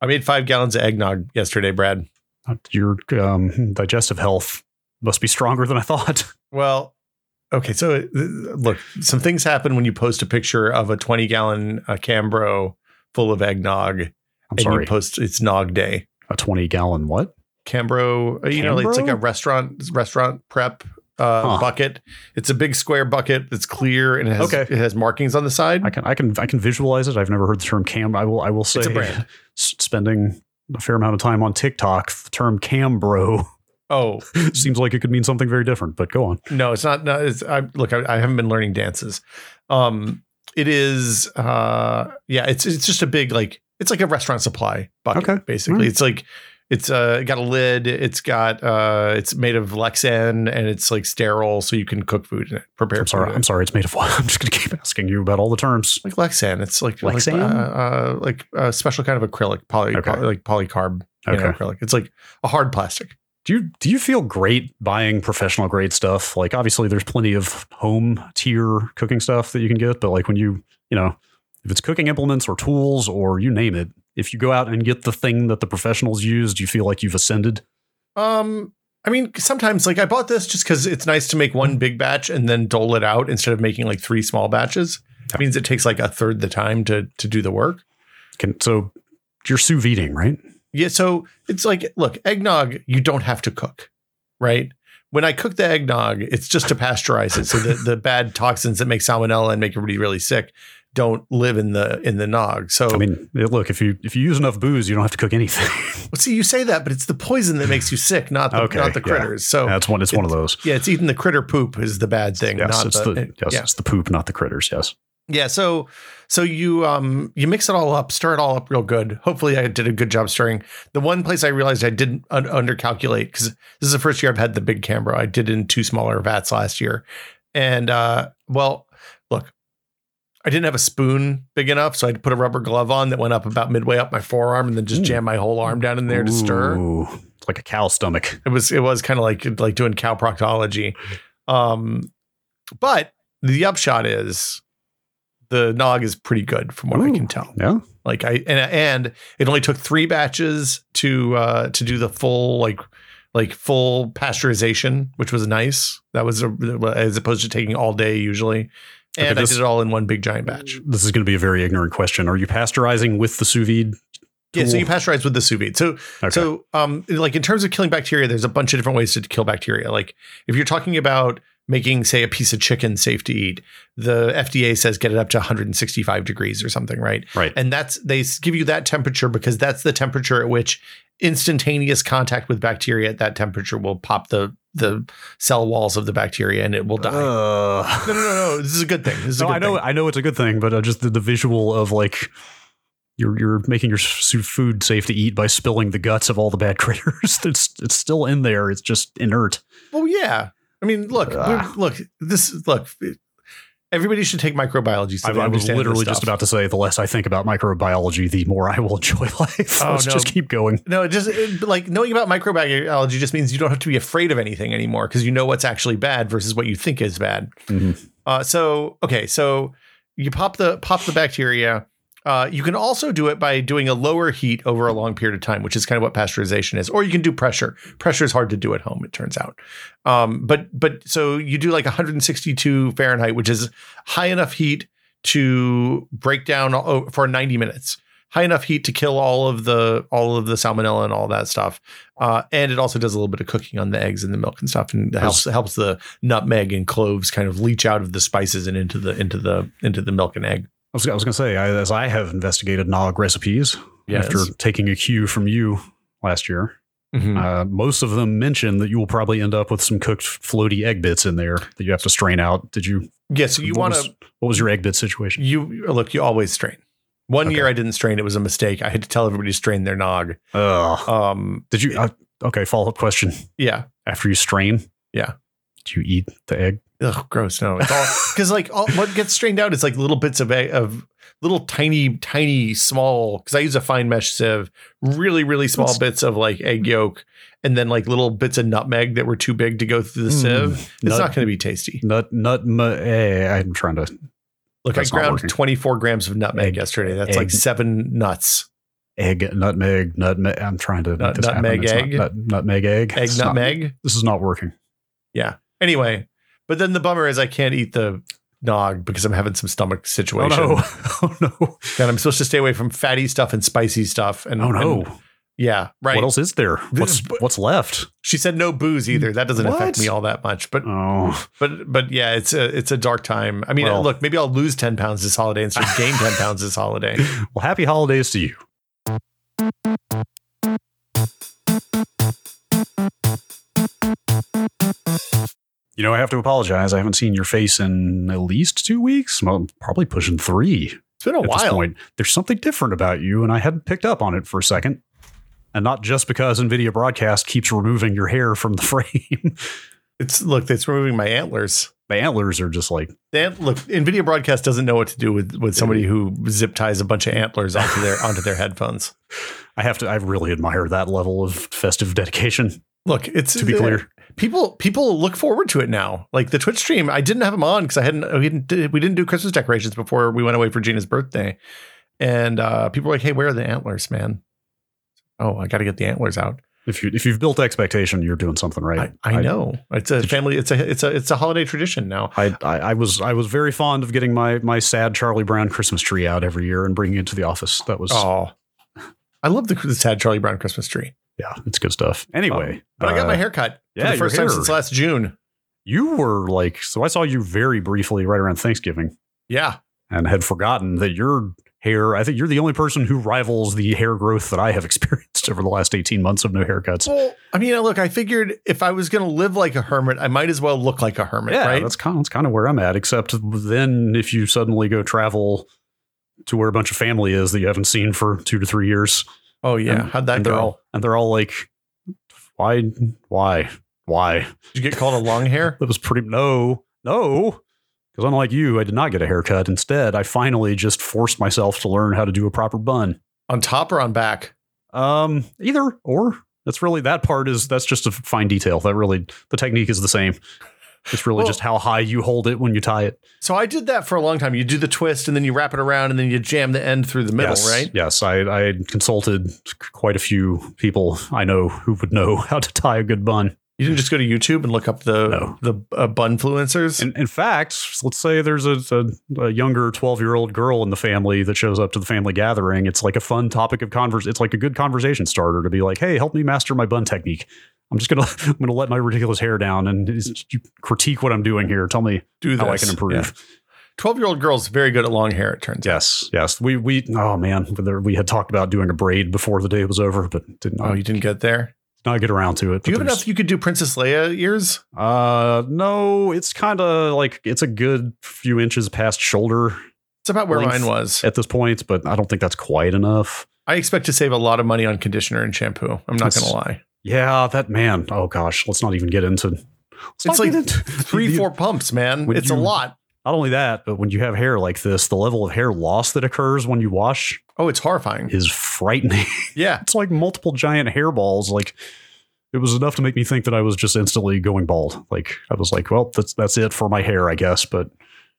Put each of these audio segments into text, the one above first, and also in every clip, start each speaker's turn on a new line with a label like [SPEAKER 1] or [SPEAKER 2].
[SPEAKER 1] I made five gallons of eggnog yesterday, Brad.
[SPEAKER 2] Your um, digestive health must be stronger than I thought.
[SPEAKER 1] Well, okay. So uh, look, some things happen when you post a picture of a 20 gallon uh, Cambro full of eggnog
[SPEAKER 2] I'm
[SPEAKER 1] and
[SPEAKER 2] sorry.
[SPEAKER 1] you post it's nog day.
[SPEAKER 2] a 20 gallon what?
[SPEAKER 1] Cambro, uh, you know, it's like a
[SPEAKER 2] Cambro?
[SPEAKER 1] restaurant restaurant prep uh,
[SPEAKER 2] Huh.
[SPEAKER 1] bucket. It's a big square bucket that's clear and it has,
[SPEAKER 2] Okay.
[SPEAKER 1] it has markings on the side.
[SPEAKER 2] I can I can I can visualize it. I've never heard the term cam. I will I will say
[SPEAKER 1] It's a brand.
[SPEAKER 2] s- spending a fair amount of time on TikTok. The term cam bro
[SPEAKER 1] Oh
[SPEAKER 2] seems like it could mean something very different. But go on.
[SPEAKER 1] no, it's not. No, it's, I, look, I, I haven't been learning dances. Um, it is, uh, yeah, it's it's just a big like it's like a restaurant supply bucket.
[SPEAKER 2] Okay. Mm-hmm.
[SPEAKER 1] basically,
[SPEAKER 2] Alright.
[SPEAKER 1] it's like it's uh got a lid. It's got uh it's made of Lexan and it's like sterile, so you can cook food in it, prepare.
[SPEAKER 2] I'm sorry.
[SPEAKER 1] food in
[SPEAKER 2] I'm
[SPEAKER 1] it.
[SPEAKER 2] sorry. It's made of what? I'm just going to keep asking you about all the terms.
[SPEAKER 1] like Lexan. It's like
[SPEAKER 2] Lexan?
[SPEAKER 1] like, uh, uh, like a special kind of acrylic, poly,
[SPEAKER 2] Okay.
[SPEAKER 1] poly- like polycarb you know,
[SPEAKER 2] Okay.
[SPEAKER 1] acrylic. It's like a hard plastic.
[SPEAKER 2] Do you do you feel great buying professional grade stuff? Like obviously there's plenty of home tier cooking stuff that you can get, but like when you, you know, if it's cooking implements or tools or you name it, if you go out and get the thing that the professionals use, do you feel like you've ascended?
[SPEAKER 1] Um, I mean, sometimes like I bought this just because it's nice to make one big batch and then dole it out instead of making like three small batches. It means it takes like a third the time to to do the work.
[SPEAKER 2] Can so you're sous videing, right?
[SPEAKER 1] Yeah, so it's like, look, eggnog, you don't have to cook, right? When I cook the eggnog, it's just to pasteurize it, so that the bad toxins that make salmonella and make everybody really sick don't live in the in the nog. So
[SPEAKER 2] I mean, eh, look if you if you use enough booze, you don't have to cook anything.
[SPEAKER 1] Well, see, you say that, but it's the poison that makes you sick, not the
[SPEAKER 2] Okay,
[SPEAKER 1] not the
[SPEAKER 2] yeah.
[SPEAKER 1] critters. So yeah.
[SPEAKER 2] That's one. It's one of those.
[SPEAKER 1] Oh. it's eating the critter poop is the bad thing.
[SPEAKER 2] Yes,
[SPEAKER 1] not
[SPEAKER 2] it's
[SPEAKER 1] the, eh,
[SPEAKER 2] the, yes,
[SPEAKER 1] yeah.
[SPEAKER 2] it's the poop, not the critters. Yes.
[SPEAKER 1] yeah. So so you um you mix it all up, stir it all up real good. Hopefully, I did a good job stirring. The one place I realized I didn't un- undercalculate because this is the first year I've had the big Canberra. I did in two smaller vats last year, and uh, well, look. I didn't have a spoon big enough, so I would put a rubber glove on that went up about midway up my forearm, and then just
[SPEAKER 2] Ooh.
[SPEAKER 1] jam my whole arm down in there to stir.
[SPEAKER 2] Ooh, it's like a cow stomach.
[SPEAKER 1] It was it was kind of like like doing cow proctology. Um but the upshot is the nog is pretty good from what I
[SPEAKER 2] Ooh.
[SPEAKER 1] can tell.
[SPEAKER 2] Yeah.
[SPEAKER 1] Like I and and it only took 3 batches to uh to do the full like like full pasteurization, which was nice. That was a, as opposed to taking all day usually.
[SPEAKER 2] Okay,
[SPEAKER 1] And
[SPEAKER 2] this-
[SPEAKER 1] I did it all in one big giant batch.
[SPEAKER 2] This is going to be a very ignorant question. Are you pasteurizing with the sous vide?
[SPEAKER 1] Yeah, so
[SPEAKER 2] Cool.
[SPEAKER 1] you pasteurize with the sous vide. So
[SPEAKER 2] Okay.
[SPEAKER 1] So, um, like in terms of killing bacteria, there's a bunch of different ways to kill bacteria. Like if you're talking about making, say, a piece of chicken safe to eat, the FDA says get it up to 165 degrees or something, right?
[SPEAKER 2] right.
[SPEAKER 1] And that's they s- give you that temperature because that's the temperature at which instantaneous contact with bacteria at that temperature will pop the the cell walls of the bacteria and it will die.
[SPEAKER 2] Uh,
[SPEAKER 1] no, no, no, no. This is a good thing. This is
[SPEAKER 2] No,
[SPEAKER 1] a good
[SPEAKER 2] I know,
[SPEAKER 1] thing.
[SPEAKER 2] I know it's a good thing, but uh, just the, the visual of like you're you're making your su- food safe to eat by spilling the guts of all the bad critters. it's it's still in there. It's just inert.
[SPEAKER 1] Well, yeah. I mean, look,
[SPEAKER 2] Ugh.
[SPEAKER 1] we're- look. This look. Everybody should take microbiology. So
[SPEAKER 2] I,
[SPEAKER 1] they
[SPEAKER 2] I was
[SPEAKER 1] understand this
[SPEAKER 2] literally
[SPEAKER 1] stuff.
[SPEAKER 2] just about to say the less I think about microbiology, the more I will enjoy life.
[SPEAKER 1] Oh,
[SPEAKER 2] Let's
[SPEAKER 1] no.
[SPEAKER 2] just keep going.
[SPEAKER 1] No, it just it, like knowing about microbiology just means you don't have to be afraid of anything anymore because you know what's actually bad versus what you think is bad.
[SPEAKER 2] Mm-hmm.
[SPEAKER 1] Uh, so okay, so you pop the pop the bacteria. Uh, you can also do it by doing a lower heat over a long period of time, which is kind of what pasteurization is. Or you can do pressure. Pressure is hard to do at home, it turns out. Um, but but so you do like 162 Fahrenheit, which is high enough heat to break down o- for 90 minutes. High enough heat to kill all of the all of the salmonella and all that stuff, uh, and it also does a little bit of cooking on the eggs and the milk and stuff, and helps helps the nutmeg and cloves kind of leach out of the spices and into the into the into the milk and egg.
[SPEAKER 2] I was, I was going to say, I, as I have investigated nog recipes after taking a cue from you last year,
[SPEAKER 1] Mhm.
[SPEAKER 2] Uh, most of them mention that you will probably end up with some cooked floaty egg bits in there that you have to strain out. Did you?
[SPEAKER 1] yeah. So you
[SPEAKER 2] what
[SPEAKER 1] want
[SPEAKER 2] was-
[SPEAKER 1] to
[SPEAKER 2] What was your egg bit situation?
[SPEAKER 1] you look. You always strain. One
[SPEAKER 2] Okay.
[SPEAKER 1] year I didn't strain. It was a mistake. I had to tell everybody to strain their nog.
[SPEAKER 2] Ugh.
[SPEAKER 1] Um.
[SPEAKER 2] Did you? Uh, okay, follow up question.
[SPEAKER 1] Yeah.
[SPEAKER 2] After you strain,
[SPEAKER 1] Yeah.
[SPEAKER 2] do you eat the egg?
[SPEAKER 1] Ugh, gross. No. It's all because like all, what gets strained out is like little bits of egg, of little tiny tiny small because I use a fine mesh sieve. Really really small
[SPEAKER 2] That's-
[SPEAKER 1] bits of like egg yolk and then like little bits of nutmeg that were too big to go through the
[SPEAKER 2] Mm.
[SPEAKER 1] sieve. It's
[SPEAKER 2] Nut-
[SPEAKER 1] not going to be tasty.
[SPEAKER 2] Nut, nut, mu- eh, I'm trying to
[SPEAKER 1] Look,
[SPEAKER 2] That's
[SPEAKER 1] I
[SPEAKER 2] not
[SPEAKER 1] ground
[SPEAKER 2] working.
[SPEAKER 1] 24 grams of nutmeg
[SPEAKER 2] Egg-
[SPEAKER 1] yesterday. That's
[SPEAKER 2] egg-
[SPEAKER 1] like seven nuts.
[SPEAKER 2] egg, nutmeg, nutmeg. I'm trying to
[SPEAKER 1] Nut-
[SPEAKER 2] make this happen.
[SPEAKER 1] nutmeg
[SPEAKER 2] It's not
[SPEAKER 1] egg?
[SPEAKER 2] nut- nutmeg egg.
[SPEAKER 1] Egg
[SPEAKER 2] It's not-
[SPEAKER 1] nutmeg.
[SPEAKER 2] this is not working.
[SPEAKER 1] Anyway, but then the bummer is I can't eat the nog because I'm having some stomach
[SPEAKER 2] Oh
[SPEAKER 1] situation.
[SPEAKER 2] no! Oh no!
[SPEAKER 1] And I'm supposed to stay away from fatty stuff and spicy stuff. And
[SPEAKER 2] Oh no!
[SPEAKER 1] and- yeah, right.
[SPEAKER 2] What else is there? What's
[SPEAKER 1] This-
[SPEAKER 2] what's left?
[SPEAKER 1] She said no booze either. That doesn't affect
[SPEAKER 2] What?
[SPEAKER 1] me all that much. But
[SPEAKER 2] Oh,
[SPEAKER 1] but but yeah, it's a it's a dark time. I mean,
[SPEAKER 2] Well-
[SPEAKER 1] look, maybe I'll lose ten pounds this holiday instead of gain ten pounds this holiday.
[SPEAKER 2] well, happy holidays to you. You know, I have to apologize. I haven't seen your face in at least two weeks. Well, probably pushing three.
[SPEAKER 1] It's been a
[SPEAKER 2] at this
[SPEAKER 1] while.
[SPEAKER 2] point. There's something different about you, and I hadn't picked up on it for a second. And not just because NVIDIA Broadcast keeps removing your hair from the frame.
[SPEAKER 1] It's look, it's removing my antlers.
[SPEAKER 2] the antlers are just like,
[SPEAKER 1] The ant- look, Nvidia Broadcast doesn't know what to do with with somebody who zip ties a bunch of antlers onto their onto their headphones.
[SPEAKER 2] I have to, I really admire that level of festive dedication,
[SPEAKER 1] Look, it's
[SPEAKER 2] to be clear.
[SPEAKER 1] people people look forward to it now. Like the Twitch stream, I didn't have them on because I hadn't we didn't we didn't do Christmas decorations before we went away for Gina's birthday, and uh, people were like, "Hey, where are the antlers, man?" Oh, I got to get the antlers out.
[SPEAKER 2] If, you, if you've built expectation, you're doing something right.
[SPEAKER 1] I, I know it's a family. It's a it's a it's a holiday tradition now.
[SPEAKER 2] I, I, I was I was very fond of getting my my sad Charlie Brown Christmas tree out every year and bringing it to the office. That was
[SPEAKER 1] Oh, I love the, the sad Charlie Brown Christmas tree.
[SPEAKER 2] yeah, it's good stuff. Anyway,
[SPEAKER 1] Um, But I got
[SPEAKER 2] uh,
[SPEAKER 1] my hair cut for
[SPEAKER 2] yeah,
[SPEAKER 1] the
[SPEAKER 2] your
[SPEAKER 1] first time
[SPEAKER 2] hair.
[SPEAKER 1] since last June.
[SPEAKER 2] You were like, so I saw you very briefly right around Thanksgiving.
[SPEAKER 1] Yeah,
[SPEAKER 2] and had forgotten that your hair, I think you're the only person who rivals the hair growth that I have experienced over the last 18 months of no haircuts.
[SPEAKER 1] Well, I mean, look, I figured if I was going to live like a hermit, I might as well look like a hermit,
[SPEAKER 2] Yeah,
[SPEAKER 1] right?
[SPEAKER 2] that's kind of, that's kind of where I'm at. Except then, if you suddenly go travel to where a bunch of family is that you haven't seen for two to three years,
[SPEAKER 1] Oh yeah, how'd that
[SPEAKER 2] and they're
[SPEAKER 1] go?
[SPEAKER 2] all and they're all like, "Why, why, why?"
[SPEAKER 1] Did you get called a long hair?
[SPEAKER 2] That was pretty no, no. Because unlike you, I did not get a haircut. Instead, I finally just forced myself to learn how to do a proper bun.
[SPEAKER 1] on top or on back?
[SPEAKER 2] Um, either or. That's really that part is that's just a fine detail. That really the technique is the same. It's really
[SPEAKER 1] Well-
[SPEAKER 2] just how high you hold it when you tie it.
[SPEAKER 1] So I did that for a long time. You do the twist and then you wrap it around and then you jam the end through the middle,
[SPEAKER 2] yes,
[SPEAKER 1] right?
[SPEAKER 2] Yes, I I consulted quite a few people I know who would know how to tie a good bun.
[SPEAKER 1] You didn't just go to YouTube and look up the
[SPEAKER 2] No.
[SPEAKER 1] the uh, bun influencers.
[SPEAKER 2] In, in fact, let's say there's a, a, a younger 12 year old girl in the family that shows up to the family gathering. It's like a fun topic of converse. It's like a good conversation starter to be like, hey, help me master my bun technique. I'm just gonna I'm gonna let my ridiculous hair down and is- you critique what I'm doing here. Tell me
[SPEAKER 1] do
[SPEAKER 2] how I
[SPEAKER 1] this.
[SPEAKER 2] can improve.
[SPEAKER 1] Twelve year old girls very good at long hair. It turns out.
[SPEAKER 2] Yes, yes. We we oh man, there- we had talked about doing a braid before the day was over, but did not
[SPEAKER 1] Oh, you didn't get there.
[SPEAKER 2] not get around to it.
[SPEAKER 1] Do you have
[SPEAKER 2] But there's-
[SPEAKER 1] enough? You could do Princess Leia ears.
[SPEAKER 2] Uh, no. It's kind of like it's a good few inches past shoulder
[SPEAKER 1] It's about where
[SPEAKER 2] Length.
[SPEAKER 1] mine was.
[SPEAKER 2] at this point, but I don't think that's quite enough.
[SPEAKER 1] I expect to save a lot of money on conditioner and shampoo. I'm not
[SPEAKER 2] It's-
[SPEAKER 1] going to lie.
[SPEAKER 2] Yeah, that man. Oh gosh, let's not even get into. Let's not
[SPEAKER 1] like
[SPEAKER 2] get into-
[SPEAKER 1] Three,
[SPEAKER 2] the-
[SPEAKER 1] four pumps, man.
[SPEAKER 2] Would
[SPEAKER 1] It's a
[SPEAKER 2] you-
[SPEAKER 1] lot.
[SPEAKER 2] Not only that, but when you have hair like this, the level of hair loss that occurs when you wash
[SPEAKER 1] Oh, it's horrifying.
[SPEAKER 2] is frightening.
[SPEAKER 1] Yeah.
[SPEAKER 2] it's like multiple giant hairballs. Like it was enough to make me think that I was just instantly going bald. Like I was like, well, that's that's it for my hair, I guess. But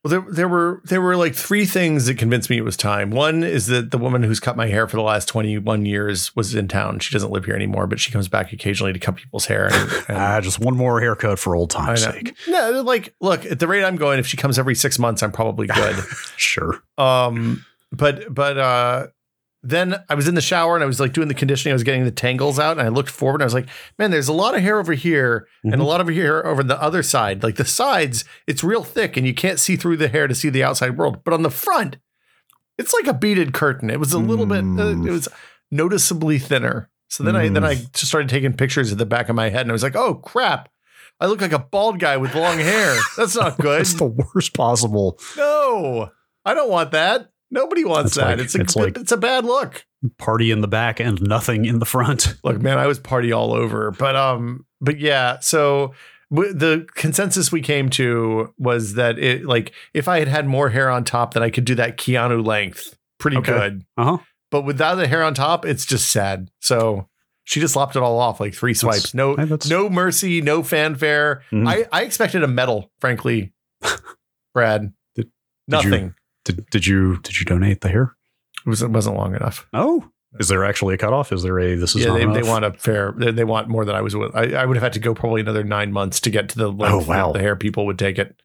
[SPEAKER 1] Well, there, there were there were like three things that convinced me it was time. One is that the woman who's cut my hair for the last twenty one years was in town. She doesn't live here anymore, but she comes back occasionally to cut people's hair. And, and
[SPEAKER 2] ah, just one more haircut for old
[SPEAKER 1] I
[SPEAKER 2] time's
[SPEAKER 1] know.
[SPEAKER 2] sake.
[SPEAKER 1] No, like, look at the rate I'm going. If she comes every six months, I'm probably good.
[SPEAKER 2] Sure.
[SPEAKER 1] um, but but uh, then I was in the shower and I was like doing the conditioning. I was getting the tangles out, and I looked forward and I was like, man, there's a lot of hair over here and a
[SPEAKER 2] Mhm.
[SPEAKER 1] lot over here over the other side. Like the sides, it's real thick and you can't see through the hair to see the outside world. But on the front, it's like a beaded curtain. It was a little bit.
[SPEAKER 2] Mm.
[SPEAKER 1] Uh, it was noticeably thinner. So then I then I just started taking pictures of the back of my head and I was like, oh crap. I look like a bald guy with long hair. That's not good.
[SPEAKER 2] That's the worst possible.
[SPEAKER 1] No, I don't want that. Nobody wants
[SPEAKER 2] It's
[SPEAKER 1] that.
[SPEAKER 2] like-
[SPEAKER 1] it's a, it's,
[SPEAKER 2] it's like-
[SPEAKER 1] a bad look.
[SPEAKER 2] party in the back and nothing in the front.
[SPEAKER 1] Look, man, I was party all over, but um, but yeah. So w- the consensus we came to was that it like if I had had more hair on top, then I could do that Keanu length pretty
[SPEAKER 2] Okay.
[SPEAKER 1] good.
[SPEAKER 2] Uh huh.
[SPEAKER 1] But without the hair on top, it's just sad. So she just lopped it all off like three swipes. no,
[SPEAKER 2] Hey, that's-
[SPEAKER 1] no mercy, no fanfare.
[SPEAKER 2] Mhm.
[SPEAKER 1] I I expected a medal, frankly, Brad.
[SPEAKER 2] Did- did you-
[SPEAKER 1] Nothing.
[SPEAKER 2] Did, did you did you donate the hair?
[SPEAKER 1] it, was, it wasn't long enough.
[SPEAKER 2] No. Is there actually a cutoff? Is there a this is
[SPEAKER 1] yeah,
[SPEAKER 2] not
[SPEAKER 1] they, they
[SPEAKER 2] enough?
[SPEAKER 1] want a fair. They, they want more than I was. With. I, I would have had to go probably another nine months to get to the length
[SPEAKER 2] Oh, wow.
[SPEAKER 1] that the hair people would take it.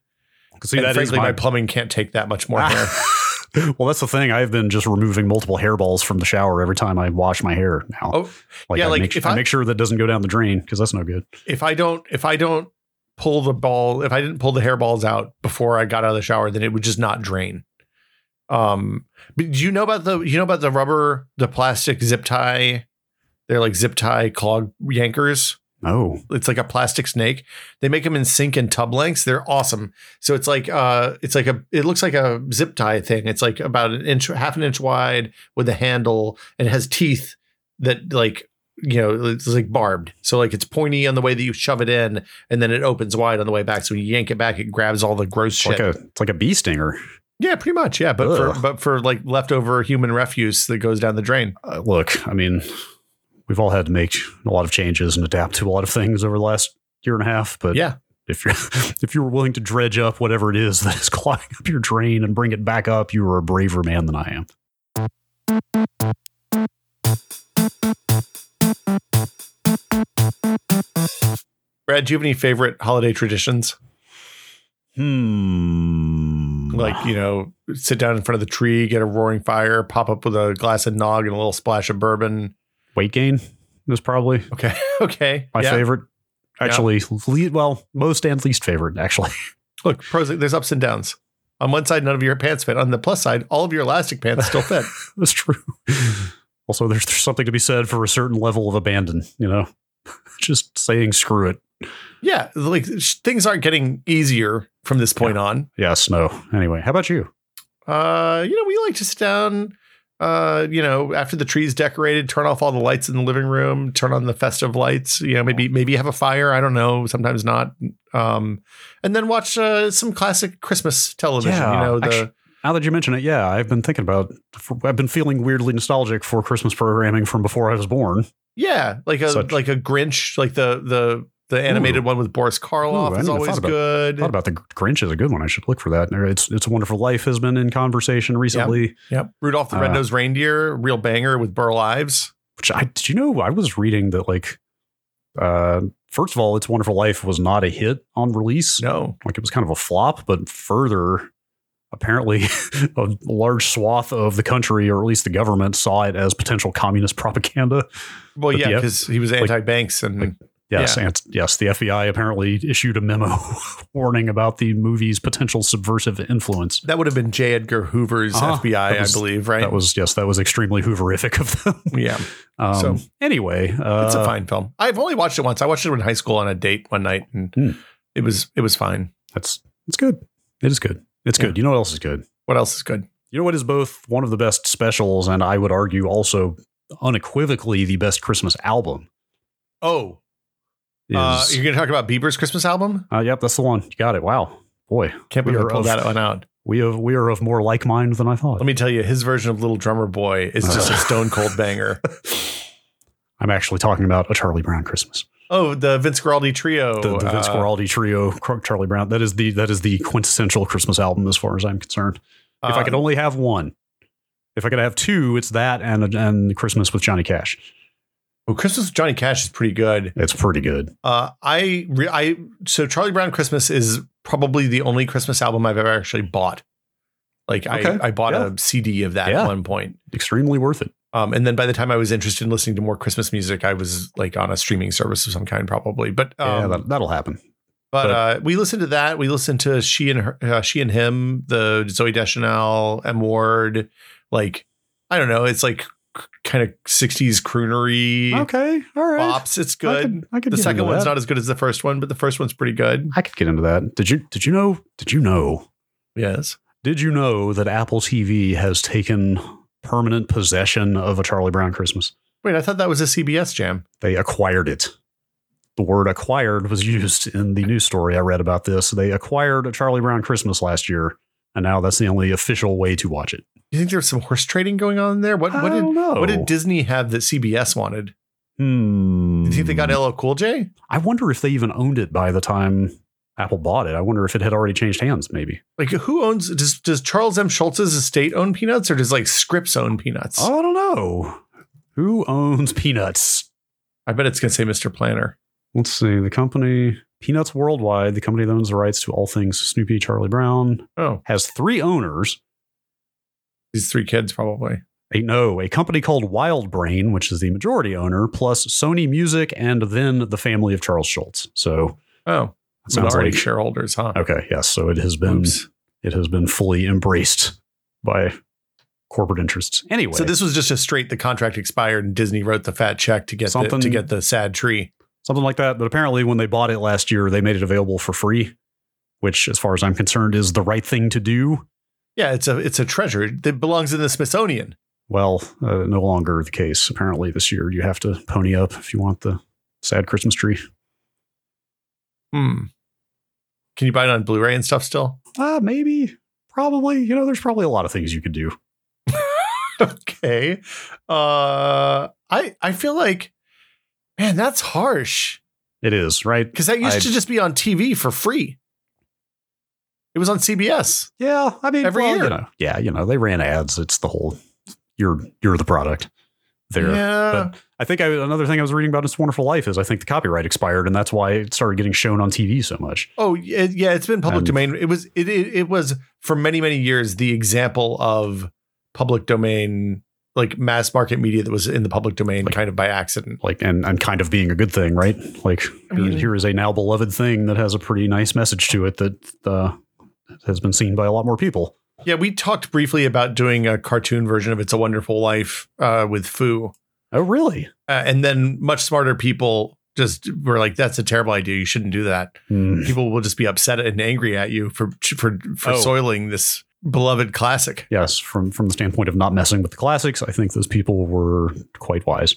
[SPEAKER 2] See,
[SPEAKER 1] and
[SPEAKER 2] that is
[SPEAKER 1] frankly, my
[SPEAKER 2] my
[SPEAKER 1] plumbing can't take that much more hair.
[SPEAKER 2] well, that's the thing. I've been just removing multiple hairballs from the shower every time I wash my hair now.
[SPEAKER 1] Oh,
[SPEAKER 2] like,
[SPEAKER 1] yeah,
[SPEAKER 2] I
[SPEAKER 1] like,
[SPEAKER 2] make,
[SPEAKER 1] if
[SPEAKER 2] I
[SPEAKER 1] I-
[SPEAKER 2] make sure that doesn't go down the drain because that's no good.
[SPEAKER 1] if I don't if I don't pull the ball if I didn't pull the hairballs out before I got out of the shower, then it would just not drain. Um, but do you know about the you know about the rubber the plastic zip tie? They're like zip tie clog yankers.
[SPEAKER 2] Oh,
[SPEAKER 1] It's like a plastic snake. They make them in sink and tub lengths. They're awesome. So it's like uh, it's like a it looks like a zip tie thing. It's like about an inch, half an inch wide with a handle, and it has teeth that like you know it's like barbed. So like it's pointy on the way that you shove it in, and then it opens wide on the way back. So when you yank it back, it grabs all the gross
[SPEAKER 2] it's
[SPEAKER 1] shit.
[SPEAKER 2] like a it's like a bee stinger.
[SPEAKER 1] yeah, pretty much. Yeah, but
[SPEAKER 2] Ugh.
[SPEAKER 1] for but for like leftover human refuse that goes down the drain.
[SPEAKER 2] Uh, look, I mean, we've all had to make a lot of changes and adapt to a lot of things over the last year and a half. But
[SPEAKER 1] Yeah.
[SPEAKER 2] if you're if you were willing to dredge up whatever it is that is clogging up your drain and bring it back up, you are a braver man than I am.
[SPEAKER 1] Brad, do you have any favorite holiday traditions?
[SPEAKER 2] Hmm.
[SPEAKER 1] like you know sit down in front of the tree get a roaring fire pop up with a glass of nog and a little splash of bourbon
[SPEAKER 2] weight gain is probably
[SPEAKER 1] okay okay
[SPEAKER 2] my
[SPEAKER 1] yeah.
[SPEAKER 2] favorite. Actually, le- well, most and least favorite. Actually,
[SPEAKER 1] look pros there's ups and downs on one side none of your pants fit on the plus side all of your elastic pants still fit
[SPEAKER 2] that's true. Also, there's, there's something to be said for a certain level of abandon. You know, just saying screw it.
[SPEAKER 1] yeah like sh- things aren't getting easier from this point on
[SPEAKER 2] Yes, no. Anyway, how about you?
[SPEAKER 1] uh you know we like to sit down uh you know after the tree's decorated turn off all the lights in the living room turn on the festive lights you know maybe maybe have a fire i don't know sometimes not um and then watch uh, some classic christmas television
[SPEAKER 2] Yeah,
[SPEAKER 1] you know the
[SPEAKER 2] actu- Now that you mention it, yeah, I've been thinking about. I've been feeling weirdly nostalgic for Christmas programming from before I was born.
[SPEAKER 1] yeah like a
[SPEAKER 2] Such-
[SPEAKER 1] like a grinch like the the the animated one with boris
[SPEAKER 2] Ooh, I
[SPEAKER 1] karloff
[SPEAKER 2] hadn't
[SPEAKER 1] is
[SPEAKER 2] even
[SPEAKER 1] always
[SPEAKER 2] thought about-
[SPEAKER 1] good
[SPEAKER 2] I thought about the Grinch is a good one. I should look for that. It's It's a Wonderful Life has been in conversation recently.
[SPEAKER 1] yep rudolph the
[SPEAKER 2] Uh,
[SPEAKER 1] red-nosed reindeer real banger with burl ives
[SPEAKER 2] Which I did you know I was reading that like uh first of all, It's Wonderful Life was not a hit on release.
[SPEAKER 1] no
[SPEAKER 2] Like it was kind of a flop, but further apparently a large swath of the country or at least the government saw it as potential communist propaganda.
[SPEAKER 1] well
[SPEAKER 2] But
[SPEAKER 1] yeah
[SPEAKER 2] the-
[SPEAKER 1] because he was anti-banks and
[SPEAKER 2] like- Yes, and yes, the FBI apparently issued a memo warning about the movie's potential subversive influence.
[SPEAKER 1] that would have been j edgar hoover's
[SPEAKER 2] Uh-huh.
[SPEAKER 1] fbi
[SPEAKER 2] That was-
[SPEAKER 1] i believe right
[SPEAKER 2] That was yes, that was extremely hooverific of them.
[SPEAKER 1] yeah
[SPEAKER 2] Um,
[SPEAKER 1] So-
[SPEAKER 2] anyway, uh,
[SPEAKER 1] It's a fine film. I've only watched it once. I watched it in high school on a date one night, and
[SPEAKER 2] Hmm.
[SPEAKER 1] it was it was fine.
[SPEAKER 2] that's it's good. It is good. It's
[SPEAKER 1] Yeah.
[SPEAKER 2] good. You know what else is good?
[SPEAKER 1] What else is good?
[SPEAKER 2] You know what is both one of the best specials and I would argue also unequivocally the best Christmas album
[SPEAKER 1] Oh,
[SPEAKER 2] is.
[SPEAKER 1] uh, you're going to talk about Bieber's Christmas album?
[SPEAKER 2] uh, yep, that's the one. You got it. Wow, boy,
[SPEAKER 1] Can't
[SPEAKER 2] We
[SPEAKER 1] believe
[SPEAKER 2] are
[SPEAKER 1] I pulled
[SPEAKER 2] of-
[SPEAKER 1] that one out.
[SPEAKER 2] we have, we are of more like mind than I thought.
[SPEAKER 1] Let me tell you, his version of Little Drummer Boy is just a
[SPEAKER 2] Uh.
[SPEAKER 1] stone cold banger.
[SPEAKER 2] I'm actually talking about a Charlie Brown Christmas,
[SPEAKER 1] Oh, the Vince Guaraldi trio.
[SPEAKER 2] the, the Vince
[SPEAKER 1] uh,
[SPEAKER 2] Guaraldi trio, Cro- Charlie Brown. That is the that is the quintessential Christmas album as far as I'm concerned. if I
[SPEAKER 1] uh,
[SPEAKER 2] could only have one, if I could have two, it's that and and Christmas with Johnny Cash.
[SPEAKER 1] oh, Christmas with Johnny Cash is pretty good.
[SPEAKER 2] It's pretty good.
[SPEAKER 1] Uh, I re- I so Charlie Brown Christmas is probably the only Christmas album I've ever actually bought. Like
[SPEAKER 2] Okay.
[SPEAKER 1] I, I bought
[SPEAKER 2] Yeah.
[SPEAKER 1] a CD of that
[SPEAKER 2] Yeah.
[SPEAKER 1] at one point.
[SPEAKER 2] Extremely worth it.
[SPEAKER 1] Um, and then by the time I was interested in listening to more Christmas music, I was like on a streaming service of some kind, probably. But um,
[SPEAKER 2] yeah, that, that'll happen.
[SPEAKER 1] but
[SPEAKER 2] but-
[SPEAKER 1] uh, we listened to that. We listened to she and her, uh, she and him, the Zoe Deschanel, M Ward. Like I don't know, it's like kind of '60s croonery
[SPEAKER 2] Okay, all right.
[SPEAKER 1] bops. It's
[SPEAKER 2] I
[SPEAKER 1] good.
[SPEAKER 2] could- I could
[SPEAKER 1] the
[SPEAKER 2] get
[SPEAKER 1] second
[SPEAKER 2] into
[SPEAKER 1] one's
[SPEAKER 2] that.
[SPEAKER 1] not as good as the first one, but the first one's pretty good.
[SPEAKER 2] I could get into that. Did you did you know did you know
[SPEAKER 1] Yes.
[SPEAKER 2] did you know that Apple TV has taken permanent possession of a Charlie Brown Christmas?
[SPEAKER 1] Wait, I thought that was a CBS jam.
[SPEAKER 2] They acquired it. The word acquired was used in the news story I read about this. They acquired a Charlie Brown Christmas last year, and now that's the only official way to watch it.
[SPEAKER 1] You think there's some horse trading going on there? What what
[SPEAKER 2] I
[SPEAKER 1] did
[SPEAKER 2] don't know.
[SPEAKER 1] what did Disney have that CBS wanted?
[SPEAKER 2] Hmm.
[SPEAKER 1] Do you think they got LL Cool J?
[SPEAKER 2] I wonder if they even owned it by the time Apple bought it. I wonder if it had already changed hands. Maybe.
[SPEAKER 1] Like who owns does does Charles M. Schultz's estate own peanuts or does like Scripps own peanuts?
[SPEAKER 2] Oh, I don't know. Who owns peanuts?
[SPEAKER 1] I bet it's gonna say Mr. Planner.
[SPEAKER 2] Let's see. The company Peanuts Worldwide, the company that owns the rights to all things Snoopy, Charlie Brown,
[SPEAKER 1] Oh,
[SPEAKER 2] has three owners.
[SPEAKER 1] these three kids probably.
[SPEAKER 2] A, no, a company called Wild Brain, which is the majority owner, plus Sony Music, and then the family of Charles Schultz. So
[SPEAKER 1] Oh,
[SPEAKER 2] it sounds
[SPEAKER 1] minority
[SPEAKER 2] like
[SPEAKER 1] shareholders, huh?
[SPEAKER 2] okay. Yes, so it has been
[SPEAKER 1] Oops.
[SPEAKER 2] it has been fully embraced by corporate interests. Anyway,
[SPEAKER 1] So this was just a straight. The contract expired, and Disney wrote the fat check to get the,
[SPEAKER 2] Something-
[SPEAKER 1] to get the sad tree.
[SPEAKER 2] something like that. But apparently, when they bought it last year, they made it available for free, which, as far as I'm concerned, is the right thing to do.
[SPEAKER 1] Yeah, it's a it's a treasure that belongs in the Smithsonian.
[SPEAKER 2] Well, uh, no longer the case. Apparently, this year you have to pony up if you want the sad Christmas tree.
[SPEAKER 1] Hmm. Can you buy it on Blu-ray and stuff still?
[SPEAKER 2] Ah, maybe, probably. You know, there's probably a lot of things you could do.
[SPEAKER 1] okay. Uh, I I feel like, man, that's harsh
[SPEAKER 2] It is right.
[SPEAKER 1] because that used
[SPEAKER 2] I-
[SPEAKER 1] to just be on TV for free. It was on CBS.
[SPEAKER 2] Yeah, I mean,
[SPEAKER 1] Every
[SPEAKER 2] well, you
[SPEAKER 1] year.
[SPEAKER 2] know, yeah, you know, they ran ads. It's the whole you're you're the product. There,
[SPEAKER 1] Yeah.
[SPEAKER 2] But I think I, another thing I was reading about It's Wonderful Life is I think the copyright expired, and that's why it started getting shown on TV so much.
[SPEAKER 1] Oh yeah, yeah, it's been public
[SPEAKER 2] And-
[SPEAKER 1] domain. It was it, it it was for many many years the example of public domain like mass market media that was in the public domain kind of by accident.
[SPEAKER 2] Like, and and kind of being a good thing, right? Like,
[SPEAKER 1] I mean-
[SPEAKER 2] here- here is a now beloved thing that has a pretty nice message to it that uh, has been seen by a lot more people.
[SPEAKER 1] Yeah, we talked briefly about doing a cartoon version of It's a Wonderful Life uh, with Foo,
[SPEAKER 2] Oh, really?
[SPEAKER 1] uh, and then much smarter people just were like, "That's a terrible idea. You shouldn't do that."
[SPEAKER 2] Hmm.
[SPEAKER 1] People will just be upset and angry at you for for for
[SPEAKER 2] Oh.
[SPEAKER 1] soiling this beloved classic.
[SPEAKER 2] Yes, from from the standpoint of not messing with the classics, I think those people were quite wise.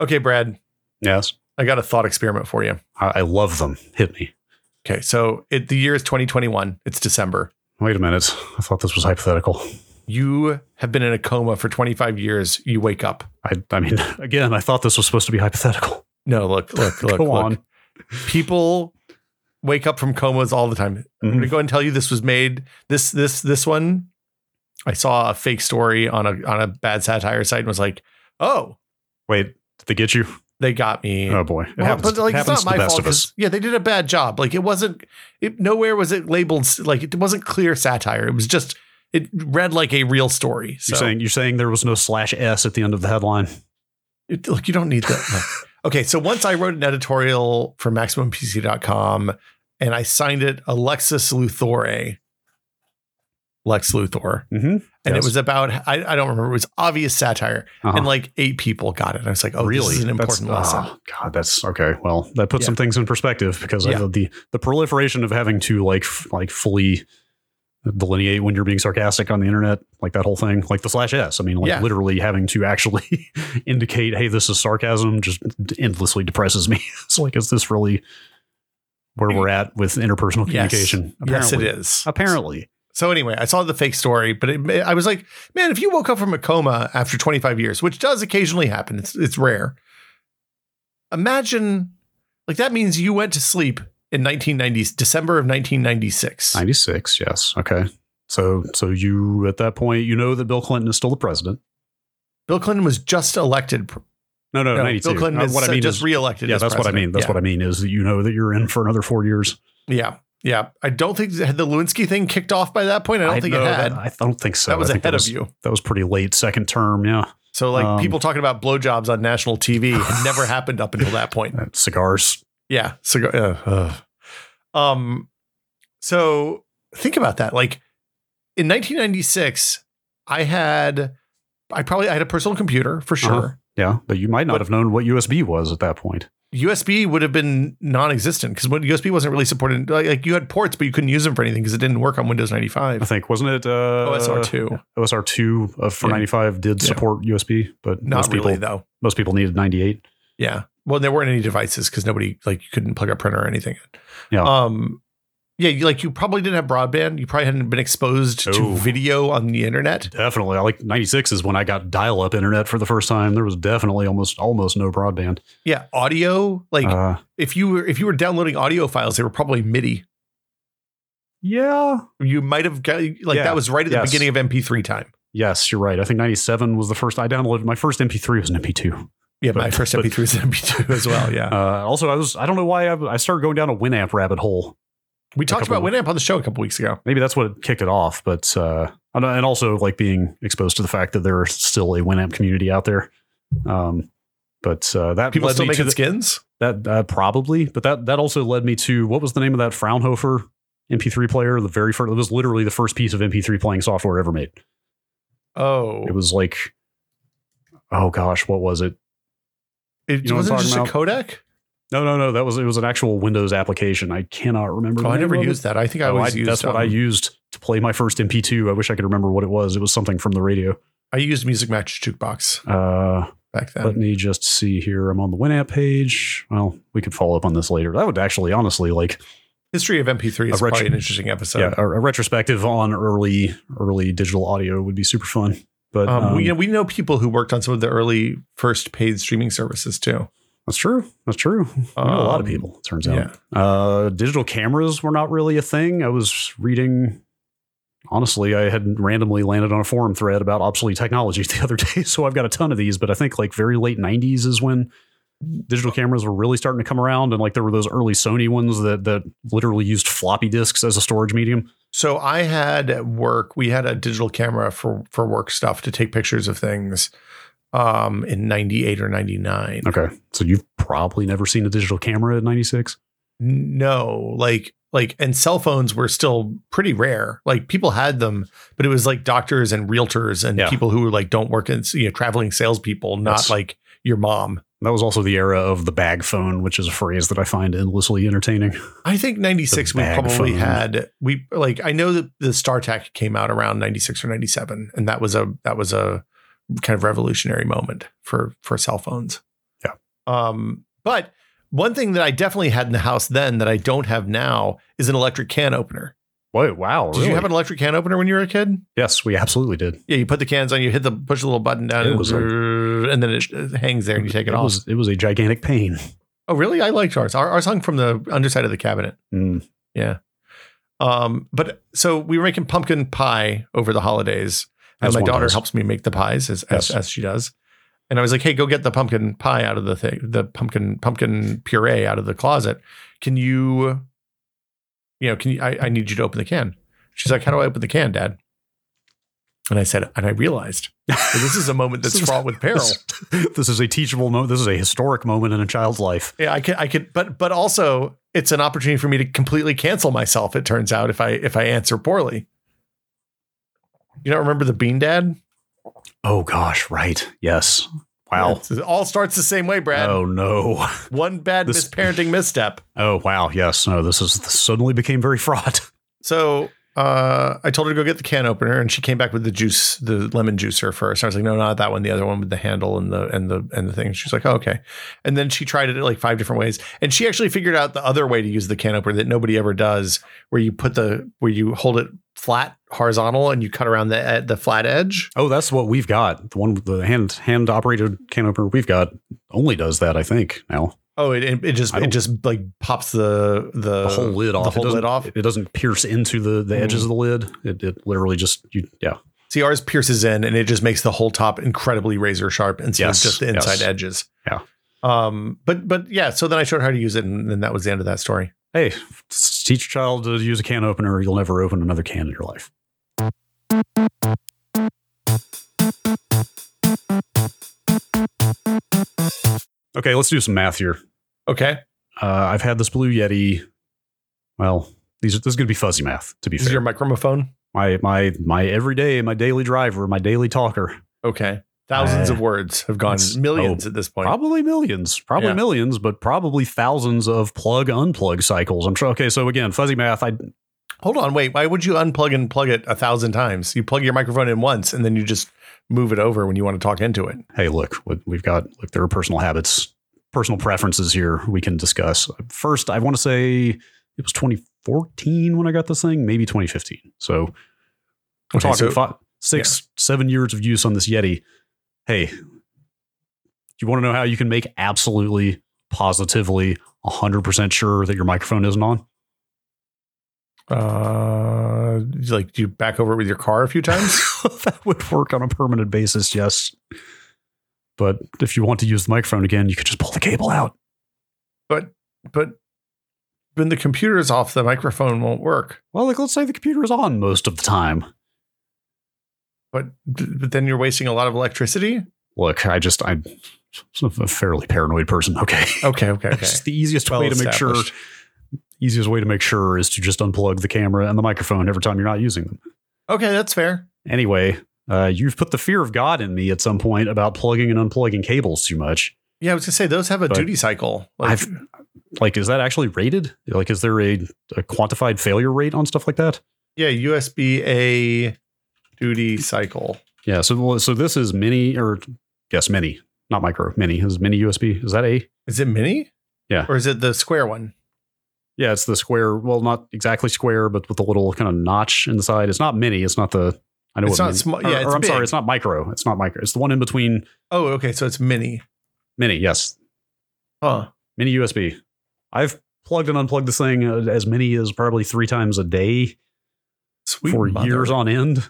[SPEAKER 1] Okay, Brad,
[SPEAKER 2] Yes,
[SPEAKER 1] I got a thought experiment for you.
[SPEAKER 2] I, I love them. Hit me.
[SPEAKER 1] Okay, so it, the year is 2021. It's December.
[SPEAKER 2] Wait a minute. I thought this was hypothetical.
[SPEAKER 1] You have been in a coma for 25 years. You wake up.
[SPEAKER 2] I, I mean, again, I thought this was supposed to be hypothetical.
[SPEAKER 1] No, look, look, look.
[SPEAKER 2] Go
[SPEAKER 1] look.
[SPEAKER 2] on.
[SPEAKER 1] People wake up from comas all the time. I'm
[SPEAKER 2] Mm-hmm.
[SPEAKER 1] going to go ahead and tell you this was made this this this one. I saw a fake story on a on a bad satire site and was like, "Oh,
[SPEAKER 2] Wait, did they get you?
[SPEAKER 1] they got me."
[SPEAKER 2] Oh boy, it
[SPEAKER 1] Well,
[SPEAKER 2] happens.
[SPEAKER 1] but like,
[SPEAKER 2] it
[SPEAKER 1] it's
[SPEAKER 2] happens
[SPEAKER 1] not
[SPEAKER 2] to the
[SPEAKER 1] my
[SPEAKER 2] best
[SPEAKER 1] fault.
[SPEAKER 2] of us.
[SPEAKER 1] 'cause- Yeah, they did a bad job. Like it wasn't. It, nowhere was it labeled like it wasn't clear satire. It was just it read like a real story. So
[SPEAKER 2] You're saying you're saying there was no slash s at the end of the headline.
[SPEAKER 1] It, look, you don't need that. no. okay, so once I wrote an editorial for MaximumPC.com and I signed it Alexis Luthor, Lex Luthor.
[SPEAKER 2] Mm-hmm.
[SPEAKER 1] And it
[SPEAKER 2] Yes.
[SPEAKER 1] was about, I, I don't remember, it was obvious satire.
[SPEAKER 2] Uh-huh.
[SPEAKER 1] And like eight people got it. I was like, oh, really?
[SPEAKER 2] really,
[SPEAKER 1] This is an
[SPEAKER 2] That's-
[SPEAKER 1] important lesson.
[SPEAKER 2] ah, God, that's okay. Well, that puts
[SPEAKER 1] Yeah.
[SPEAKER 2] some things in perspective because
[SPEAKER 1] Yeah.
[SPEAKER 2] I, the the proliferation of having to like f- like fully delineate when you're being sarcastic on the internet, like that whole thing, like the slash s. I mean, like
[SPEAKER 1] Yeah.
[SPEAKER 2] literally having to actually indicate, hey, this is sarcasm, just endlessly depresses me. it's like, is this really where we're at with interpersonal
[SPEAKER 1] Yes.
[SPEAKER 2] communication?
[SPEAKER 1] Yes, it is.
[SPEAKER 2] Apparently,
[SPEAKER 1] So anyway, I saw the fake story, but it, I was like, man, if you woke up from a coma after 25 years, which does occasionally happen, it's it's rare. Imagine, like that means you went to sleep in 1990s December of 1996.
[SPEAKER 2] ninety six. Yes, okay. So, so you at that point, you know that Bill Clinton is still the president.
[SPEAKER 1] Bill Clinton was just elected. pr-
[SPEAKER 2] No, no,
[SPEAKER 1] no,
[SPEAKER 2] ninety two.
[SPEAKER 1] Bill Clinton is
[SPEAKER 2] Oh, Uh, what I mean
[SPEAKER 1] just
[SPEAKER 2] is
[SPEAKER 1] reelected.
[SPEAKER 2] yeah,
[SPEAKER 1] as
[SPEAKER 2] that's what I
[SPEAKER 1] president.
[SPEAKER 2] mean. That's what I mean is that you know that you're in for another four years.
[SPEAKER 1] yeah. Yeah, yeah. I don't think had the Lewinsky thing kicked off by that point. I don't think it
[SPEAKER 2] know
[SPEAKER 1] had.
[SPEAKER 2] That,
[SPEAKER 1] That,
[SPEAKER 2] I don't think so. I
[SPEAKER 1] was
[SPEAKER 2] think
[SPEAKER 1] ahead of you.
[SPEAKER 2] That was pretty late second term. Yeah,
[SPEAKER 1] So like
[SPEAKER 2] Um,
[SPEAKER 1] people talking about blowjobs on national TV had never happened up until that point.
[SPEAKER 2] Uh, cigars.
[SPEAKER 1] Yeah. So, go- uh, uh. um, so think about that. Like in 1996, I had, I probably I had a personal computer for sure.
[SPEAKER 2] Uh-huh. Yeah, but you might not
[SPEAKER 1] But-
[SPEAKER 2] have known what USB was at that point.
[SPEAKER 1] USB would have been non-existent because when USB wasn't really supported, like, like you had ports, but you couldn't use them for anything because it didn't work on Windows
[SPEAKER 2] I
[SPEAKER 1] 95.
[SPEAKER 2] think wasn't it uh,
[SPEAKER 1] OSR two,
[SPEAKER 2] OSR two uh, for
[SPEAKER 1] Yeah.
[SPEAKER 2] ninety five did
[SPEAKER 1] Yeah.
[SPEAKER 2] support USB, but
[SPEAKER 1] not
[SPEAKER 2] most people
[SPEAKER 1] really though.
[SPEAKER 2] most people needed ninety eight.
[SPEAKER 1] Yeah. Well, there weren't any devices because nobody like you couldn't plug a printer or anything. in.
[SPEAKER 2] Yeah.
[SPEAKER 1] Um, yeah. You, like you probably didn't have broadband. You probably hadn't been exposed to
[SPEAKER 2] Oh.
[SPEAKER 1] video on the internet.
[SPEAKER 2] Definitely, I like ninety six is when I got dial up internet for the first time. There was definitely almost almost no broadband.
[SPEAKER 1] Yeah, audio. Like
[SPEAKER 2] Uh,
[SPEAKER 1] if you were if you were downloading audio files, they were probably MIDI.
[SPEAKER 2] Yeah.
[SPEAKER 1] You might have got like
[SPEAKER 2] Yeah.
[SPEAKER 1] that was right at the
[SPEAKER 2] Yes.
[SPEAKER 1] beginning of MP3 time.
[SPEAKER 2] Yes, you're right. I think 97 was the first I downloaded. My first MP3 was an MP2.
[SPEAKER 1] Yeah,
[SPEAKER 2] But-
[SPEAKER 1] my first
[SPEAKER 2] but-
[SPEAKER 1] MP3 was MP2 as well. Yeah,
[SPEAKER 2] Uh, also, I was, I don't know why I, I started going down a Winamp rabbit hole.
[SPEAKER 1] we talked about
[SPEAKER 2] couple-
[SPEAKER 1] Winamp on the show a couple weeks ago.
[SPEAKER 2] Maybe that's what kicked it off. But, uh, and and also like being exposed to the fact that there's still a Winamp community out there. Um, but uh, that
[SPEAKER 1] People
[SPEAKER 2] led
[SPEAKER 1] still
[SPEAKER 2] me
[SPEAKER 1] making
[SPEAKER 2] to the-
[SPEAKER 1] skins.
[SPEAKER 2] that uh, probably, but that that also led me to what was the name of that Fraunhofer MP3 player? The very first, it was literally the first piece of MP3 playing software ever made.
[SPEAKER 1] Oh,
[SPEAKER 2] It was like, oh gosh, what was it?
[SPEAKER 1] it
[SPEAKER 2] you know what I'm
[SPEAKER 1] wasn't just a
[SPEAKER 2] talking
[SPEAKER 1] codec.
[SPEAKER 2] No, no, no. That was it was an actual Windows application. I cannot remember.
[SPEAKER 1] Oh, I never used that. I think I always used.
[SPEAKER 2] that's what I
[SPEAKER 1] um,
[SPEAKER 2] used to play my first MP2. I wish I could remember what it was. It was something from the radio.
[SPEAKER 1] I used Music Match Jukebox
[SPEAKER 2] Uh,
[SPEAKER 1] back
[SPEAKER 2] Let
[SPEAKER 1] then.
[SPEAKER 2] me just see here. I'm on the Winamp page. Well, we could follow up on this later. That would actually, honestly, like
[SPEAKER 1] History of MP3 is
[SPEAKER 2] A retro-
[SPEAKER 1] probably an interesting episode.
[SPEAKER 2] yeah, a, a retrospective on early early digital audio would be super fun. But
[SPEAKER 1] Um,
[SPEAKER 2] um,
[SPEAKER 1] we, we know people who worked on some of the early first paid streaming services too.
[SPEAKER 2] that's true. That's true. We know a lot of
[SPEAKER 1] Um,
[SPEAKER 2] people. It turns out. Uh, digital cameras were not really a thing. I was reading. Honestly, I had randomly landed on a forum thread about obsolete technology the other day, so I've got a ton of these. But I think like very late '90s is when digital cameras were really starting to come around, and like there were those early Sony ones that that literally used floppy disks as a storage medium.
[SPEAKER 1] So I had at work, we had a digital camera for for work stuff to take pictures of things um in 98 or 99.
[SPEAKER 2] Okay, so you've probably never seen a digital camera at '96.
[SPEAKER 1] No, like like and cell phones were still pretty rare. Like people had them, but it was like doctors and realtors and
[SPEAKER 2] Yeah.
[SPEAKER 1] people who like don't work in you know traveling salespeople, not
[SPEAKER 2] Yes.
[SPEAKER 1] like your mom.
[SPEAKER 2] That was also the era of the bag phone, which is a phrase that I find endlessly entertaining.
[SPEAKER 1] I think 96 we
[SPEAKER 2] bag
[SPEAKER 1] probably
[SPEAKER 2] phone.
[SPEAKER 1] had we like I know that the StarTAC came out around 96 or 97 and that was a that was a kind of revolutionary moment for for cell phones.
[SPEAKER 2] Yeah.
[SPEAKER 1] Um but one thing that I definitely had in the house then that I don't have now is an electric can opener.
[SPEAKER 2] Whoa, wow.
[SPEAKER 1] Did you have an electric can opener when you were a kid?
[SPEAKER 2] yes, we absolutely did.
[SPEAKER 1] Yeah, you put the cans on, you hit the push the little button down,
[SPEAKER 2] It
[SPEAKER 1] and,
[SPEAKER 2] was like-
[SPEAKER 1] and then it it hangs there and you take it, off.
[SPEAKER 2] was it was a gigantic pain.
[SPEAKER 1] oh, really? I liked ours. Our, ours hung from the underside of the cabinet.
[SPEAKER 2] Mm.
[SPEAKER 1] Um, but so we were making pumpkin pie over the holidays, and
[SPEAKER 2] As
[SPEAKER 1] my
[SPEAKER 2] one
[SPEAKER 1] daughter
[SPEAKER 2] does.
[SPEAKER 1] helps me make the pies as, as
[SPEAKER 2] Yes.
[SPEAKER 1] as she does. And I was like, "Hey, go get the pumpkin pie out of the thing, the pumpkin pumpkin puree out of the closet. Can you, you know, can you? I, I need you to open the can." She's like, "How do I open the can, Dad?" And I said, and I realized that this is a moment that's fraught with peril.
[SPEAKER 2] This, this is a teachable moment. This is a historic moment in a child's life.
[SPEAKER 1] Yeah, I could, I could, but but also it's an opportunity for me to completely cancel myself. It turns out if I if I answer poorly, you don't remember the Bean Dad?
[SPEAKER 2] Oh gosh, right. Yes. Wow.
[SPEAKER 1] It's- it all starts the same way, Brad.
[SPEAKER 2] Oh no.
[SPEAKER 1] One bad
[SPEAKER 2] This-
[SPEAKER 1] misparenting misstep.
[SPEAKER 2] Oh wow. Yes. No. This is this suddenly became very fraught.
[SPEAKER 1] So uh, I told her to go get the can opener, and she came back with the juice, the lemon juicer first. I was like, no, not that one, the other one with the handle and the and the and the thing. She's like, oh, okay. And then she tried it like five different ways, and she actually figured out the other way to use the can opener that nobody ever does, where you put the where you hold it flat horizontal and you cut around the eh, the flat edge.
[SPEAKER 2] Oh, that's what we've got. The one with the hand hand operated can opener we've got only does that. I think now
[SPEAKER 1] Oh, it it, it just
[SPEAKER 2] I
[SPEAKER 1] it
[SPEAKER 2] don't-
[SPEAKER 1] just like pops the the,
[SPEAKER 2] the whole lid off.
[SPEAKER 1] Uh, The whole
[SPEAKER 2] it
[SPEAKER 1] lid
[SPEAKER 2] doesn't-
[SPEAKER 1] off.
[SPEAKER 2] It doesn't pierce into the the
[SPEAKER 1] Mm.
[SPEAKER 2] edges of the lid. It, it literally just you yeah.
[SPEAKER 1] See, ours pierces in and it just makes the whole top incredibly razor sharp instead
[SPEAKER 2] Yes,
[SPEAKER 1] of just the inside
[SPEAKER 2] yes.
[SPEAKER 1] edges.
[SPEAKER 2] Yeah.
[SPEAKER 1] Um, but but yeah, so then I showed her how to use it, and then that was the end of that story.
[SPEAKER 2] hey, s- teach a child to use a can opener, you'll never open another can in your life. Okay, let's do some math here.
[SPEAKER 1] Okay.
[SPEAKER 2] Uh, I've had this Blue Yeti. Well, these are, this is going to be fuzzy math, to be
[SPEAKER 1] This is
[SPEAKER 2] fair.
[SPEAKER 1] your microphone.
[SPEAKER 2] my, my, my everyday, my daily driver, my daily talker.
[SPEAKER 1] Okay. Thousands
[SPEAKER 2] Uh,
[SPEAKER 1] of words have gone
[SPEAKER 2] it's-
[SPEAKER 1] millions at this point.
[SPEAKER 2] Probably millions, probably
[SPEAKER 1] Yeah.
[SPEAKER 2] millions, but probably thousands of plug unplug cycles. I'm sure. Okay, so again, fuzzy math. I
[SPEAKER 1] Hold on, wait. Why would you unplug and plug it a thousand times? You plug your microphone in once and then you just move it over when you want to talk into it.
[SPEAKER 2] hey, look, what- we've got look, there are personal habits, personal preferences here we can discuss. First, I want to say it was 2014 when I got this thing, maybe 2015. So we're
[SPEAKER 1] Okay,
[SPEAKER 2] talking
[SPEAKER 1] so-
[SPEAKER 2] fi- six, seven years of use on this Yeti. Hey, you want to know how you can make absolutely, positively, 100% sure that your microphone isn't on?
[SPEAKER 1] Uh, like do you back over it with your car a few times?
[SPEAKER 2] that would work on a permanent basis, yes. But if you want to use the microphone again, you could just pull the cable out.
[SPEAKER 1] but but when the computer's off, the microphone won't work.
[SPEAKER 2] Well, like let's say the computer is on most of the time.
[SPEAKER 1] But but then you're wasting a lot of electricity.
[SPEAKER 2] Look, I just I'm a fairly paranoid person. Okay,
[SPEAKER 1] Okay, okay, okay.
[SPEAKER 2] Just the easiest way to make sure.
[SPEAKER 1] established.
[SPEAKER 2] Easiest way to make sure is to just unplug the camera and the microphone every time you're not using them.
[SPEAKER 1] Okay, that's fair.
[SPEAKER 2] Anyway, uh, you've put the fear of God in me at some point about plugging and unplugging cables too much.
[SPEAKER 1] Yeah, I was gonna say those have a
[SPEAKER 2] But
[SPEAKER 1] duty cycle. Like,
[SPEAKER 2] I've like, is that actually rated? Like, is there a, a quantified failure rate on stuff like that?
[SPEAKER 1] yeah, USB A duty cycle.
[SPEAKER 2] Yeah. So, so this is mini or yes, mini, not micro, mini is mini USB. Is that a?
[SPEAKER 1] Is it mini?
[SPEAKER 2] Yeah.
[SPEAKER 1] Or is it the square one?
[SPEAKER 2] Yeah, it's the square. Well, not exactly square, but with the little kind of notch inside. It's not mini. It's not the. I know
[SPEAKER 1] It's
[SPEAKER 2] what
[SPEAKER 1] not
[SPEAKER 2] mini-
[SPEAKER 1] small-
[SPEAKER 2] or-
[SPEAKER 1] yeah,
[SPEAKER 2] or
[SPEAKER 1] it's
[SPEAKER 2] I'm sorry,
[SPEAKER 1] big.
[SPEAKER 2] it's not micro. It's not micro. It's the one in between
[SPEAKER 1] Oh, okay. So it's mini.
[SPEAKER 2] mini. Yes,
[SPEAKER 1] Huh.
[SPEAKER 2] mini USB. I've plugged and unplugged this thing uh, as many as probably three times a day
[SPEAKER 1] Sweet.
[SPEAKER 2] for
[SPEAKER 1] mother.
[SPEAKER 2] years on end.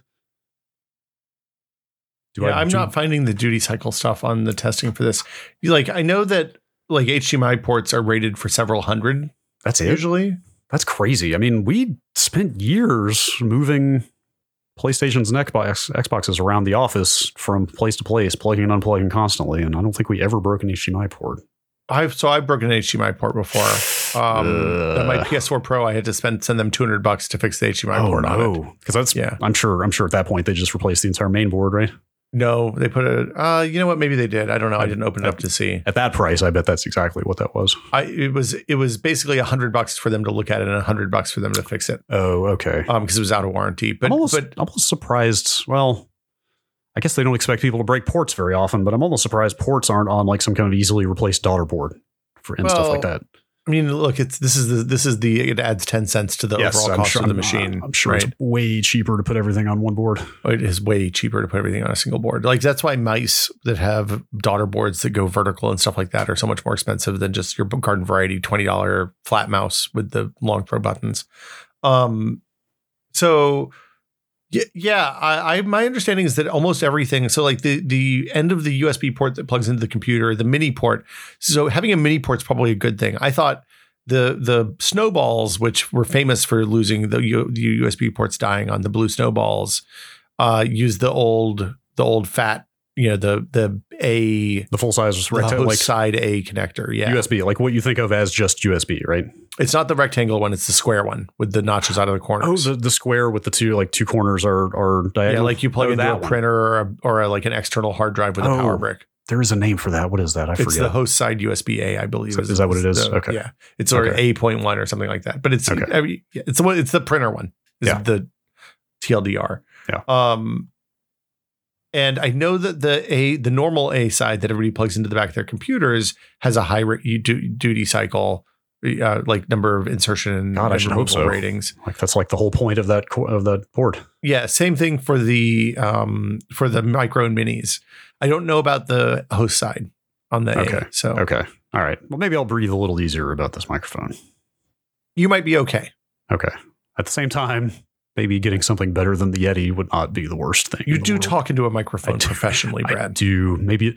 [SPEAKER 2] Do
[SPEAKER 1] yeah, I'm
[SPEAKER 2] do-
[SPEAKER 1] not finding the duty cycle stuff on the testing for this. You- Like, I know that like HDMI ports are rated for several hundred
[SPEAKER 2] That's it.
[SPEAKER 1] usually.
[SPEAKER 2] That's crazy. I mean, we spent years moving PlayStation's and Xbox, Xboxes around the office from place to place, plugging and unplugging constantly, and I don't think we ever broke an HDMI port.
[SPEAKER 1] I've so I've broken an HDMI port before. Um,
[SPEAKER 2] Ugh.
[SPEAKER 1] my PS4 Pro, I had to spend send them 200 bucks to fix the HDMI
[SPEAKER 2] oh
[SPEAKER 1] port on it.
[SPEAKER 2] no, because that's
[SPEAKER 1] Yeah.
[SPEAKER 2] I'm sure. I'm sure at that point they just replaced the entire main board, right?
[SPEAKER 1] No, they put a. Uh, you know what? Maybe they did. I don't know. I didn't open it
[SPEAKER 2] I-
[SPEAKER 1] up to see.
[SPEAKER 2] At that price, I bet that's exactly what that was.
[SPEAKER 1] I it was it was basically hundred bucks for them to look at it and hundred bucks for them to fix it.
[SPEAKER 2] Oh, okay.
[SPEAKER 1] Um, because it was out of warranty. But
[SPEAKER 2] I'm almost,
[SPEAKER 1] but
[SPEAKER 2] I'm almost surprised. Well, I guess they don't expect people to break ports very often, but I'm almost surprised ports aren't on like some kind of easily replaced daughter board for and stuff like
[SPEAKER 1] Well,
[SPEAKER 2] that.
[SPEAKER 1] I mean, look, it's this is the this is the it adds ten cents to the overall cost of the machine.
[SPEAKER 2] I'm, sure
[SPEAKER 1] right?
[SPEAKER 2] it's way cheaper to put everything on one board.
[SPEAKER 1] it is way cheaper to put everything on a single board. Like that's why mice that have daughter boards that go vertical and stuff like that are so much more expensive than just your garden variety twenty dollar flat mouse with the long throw buttons. Um, so yeah, yeah. I, I my understanding is that almost everything. So like the the end of the USB port that plugs into the computer, the mini port. So having a mini port is probably a good thing. I thought. The, the snowballs, which were famous for losing the U, the USB ports dying on the blue snowballs, uh, use the old the old fat you know the the a
[SPEAKER 2] The full size
[SPEAKER 1] the
[SPEAKER 2] rectangle, like
[SPEAKER 1] side a connector yeah
[SPEAKER 2] USB, like what you think of as just USB, right?
[SPEAKER 1] it's not the rectangle one it's the square one with the notches out of the
[SPEAKER 2] Oh,
[SPEAKER 1] corners
[SPEAKER 2] the, the square with the two like two corners are are diagonal.
[SPEAKER 1] yeah like you plug
[SPEAKER 2] Oh,
[SPEAKER 1] into a
[SPEAKER 2] one.
[SPEAKER 1] printer or, a, or a, like an external hard drive with a
[SPEAKER 2] Oh,
[SPEAKER 1] power brick
[SPEAKER 2] There is a name for that. What is that? I
[SPEAKER 1] it's the
[SPEAKER 2] forget.
[SPEAKER 1] host side usb a i believe
[SPEAKER 2] So is that what it is?
[SPEAKER 1] the-
[SPEAKER 2] Okay.
[SPEAKER 1] yeah it's sort
[SPEAKER 2] Okay.
[SPEAKER 1] of 8.1 or something like that but it's
[SPEAKER 2] Okay.
[SPEAKER 1] every, yeah, it's the one it's the printer one is
[SPEAKER 2] Yeah.
[SPEAKER 1] the tldr
[SPEAKER 2] Yeah.
[SPEAKER 1] um and I know that the a the normal A side that everybody plugs into the back of their computers has a high rate, you du- duty cycle, uh, like number of insertion and
[SPEAKER 2] God, I
[SPEAKER 1] and
[SPEAKER 2] should hope
[SPEAKER 1] removal
[SPEAKER 2] so.
[SPEAKER 1] ratings.
[SPEAKER 2] like that's like the whole point of that co- of that port.
[SPEAKER 1] Yeah, same thing for the um for the micro and minis. I don't know about the host side on the
[SPEAKER 2] Okay.
[SPEAKER 1] A, so
[SPEAKER 2] Okay. All right. Well, maybe I'll breathe a little easier about this microphone.
[SPEAKER 1] you might be okay.
[SPEAKER 2] Okay. At the same time, maybe getting something better than the Yeti would not be the worst thing.
[SPEAKER 1] You
[SPEAKER 2] in the
[SPEAKER 1] do
[SPEAKER 2] world.
[SPEAKER 1] talk into a microphone
[SPEAKER 2] I do.
[SPEAKER 1] professionally,
[SPEAKER 2] I
[SPEAKER 1] Brad.
[SPEAKER 2] do. Maybe,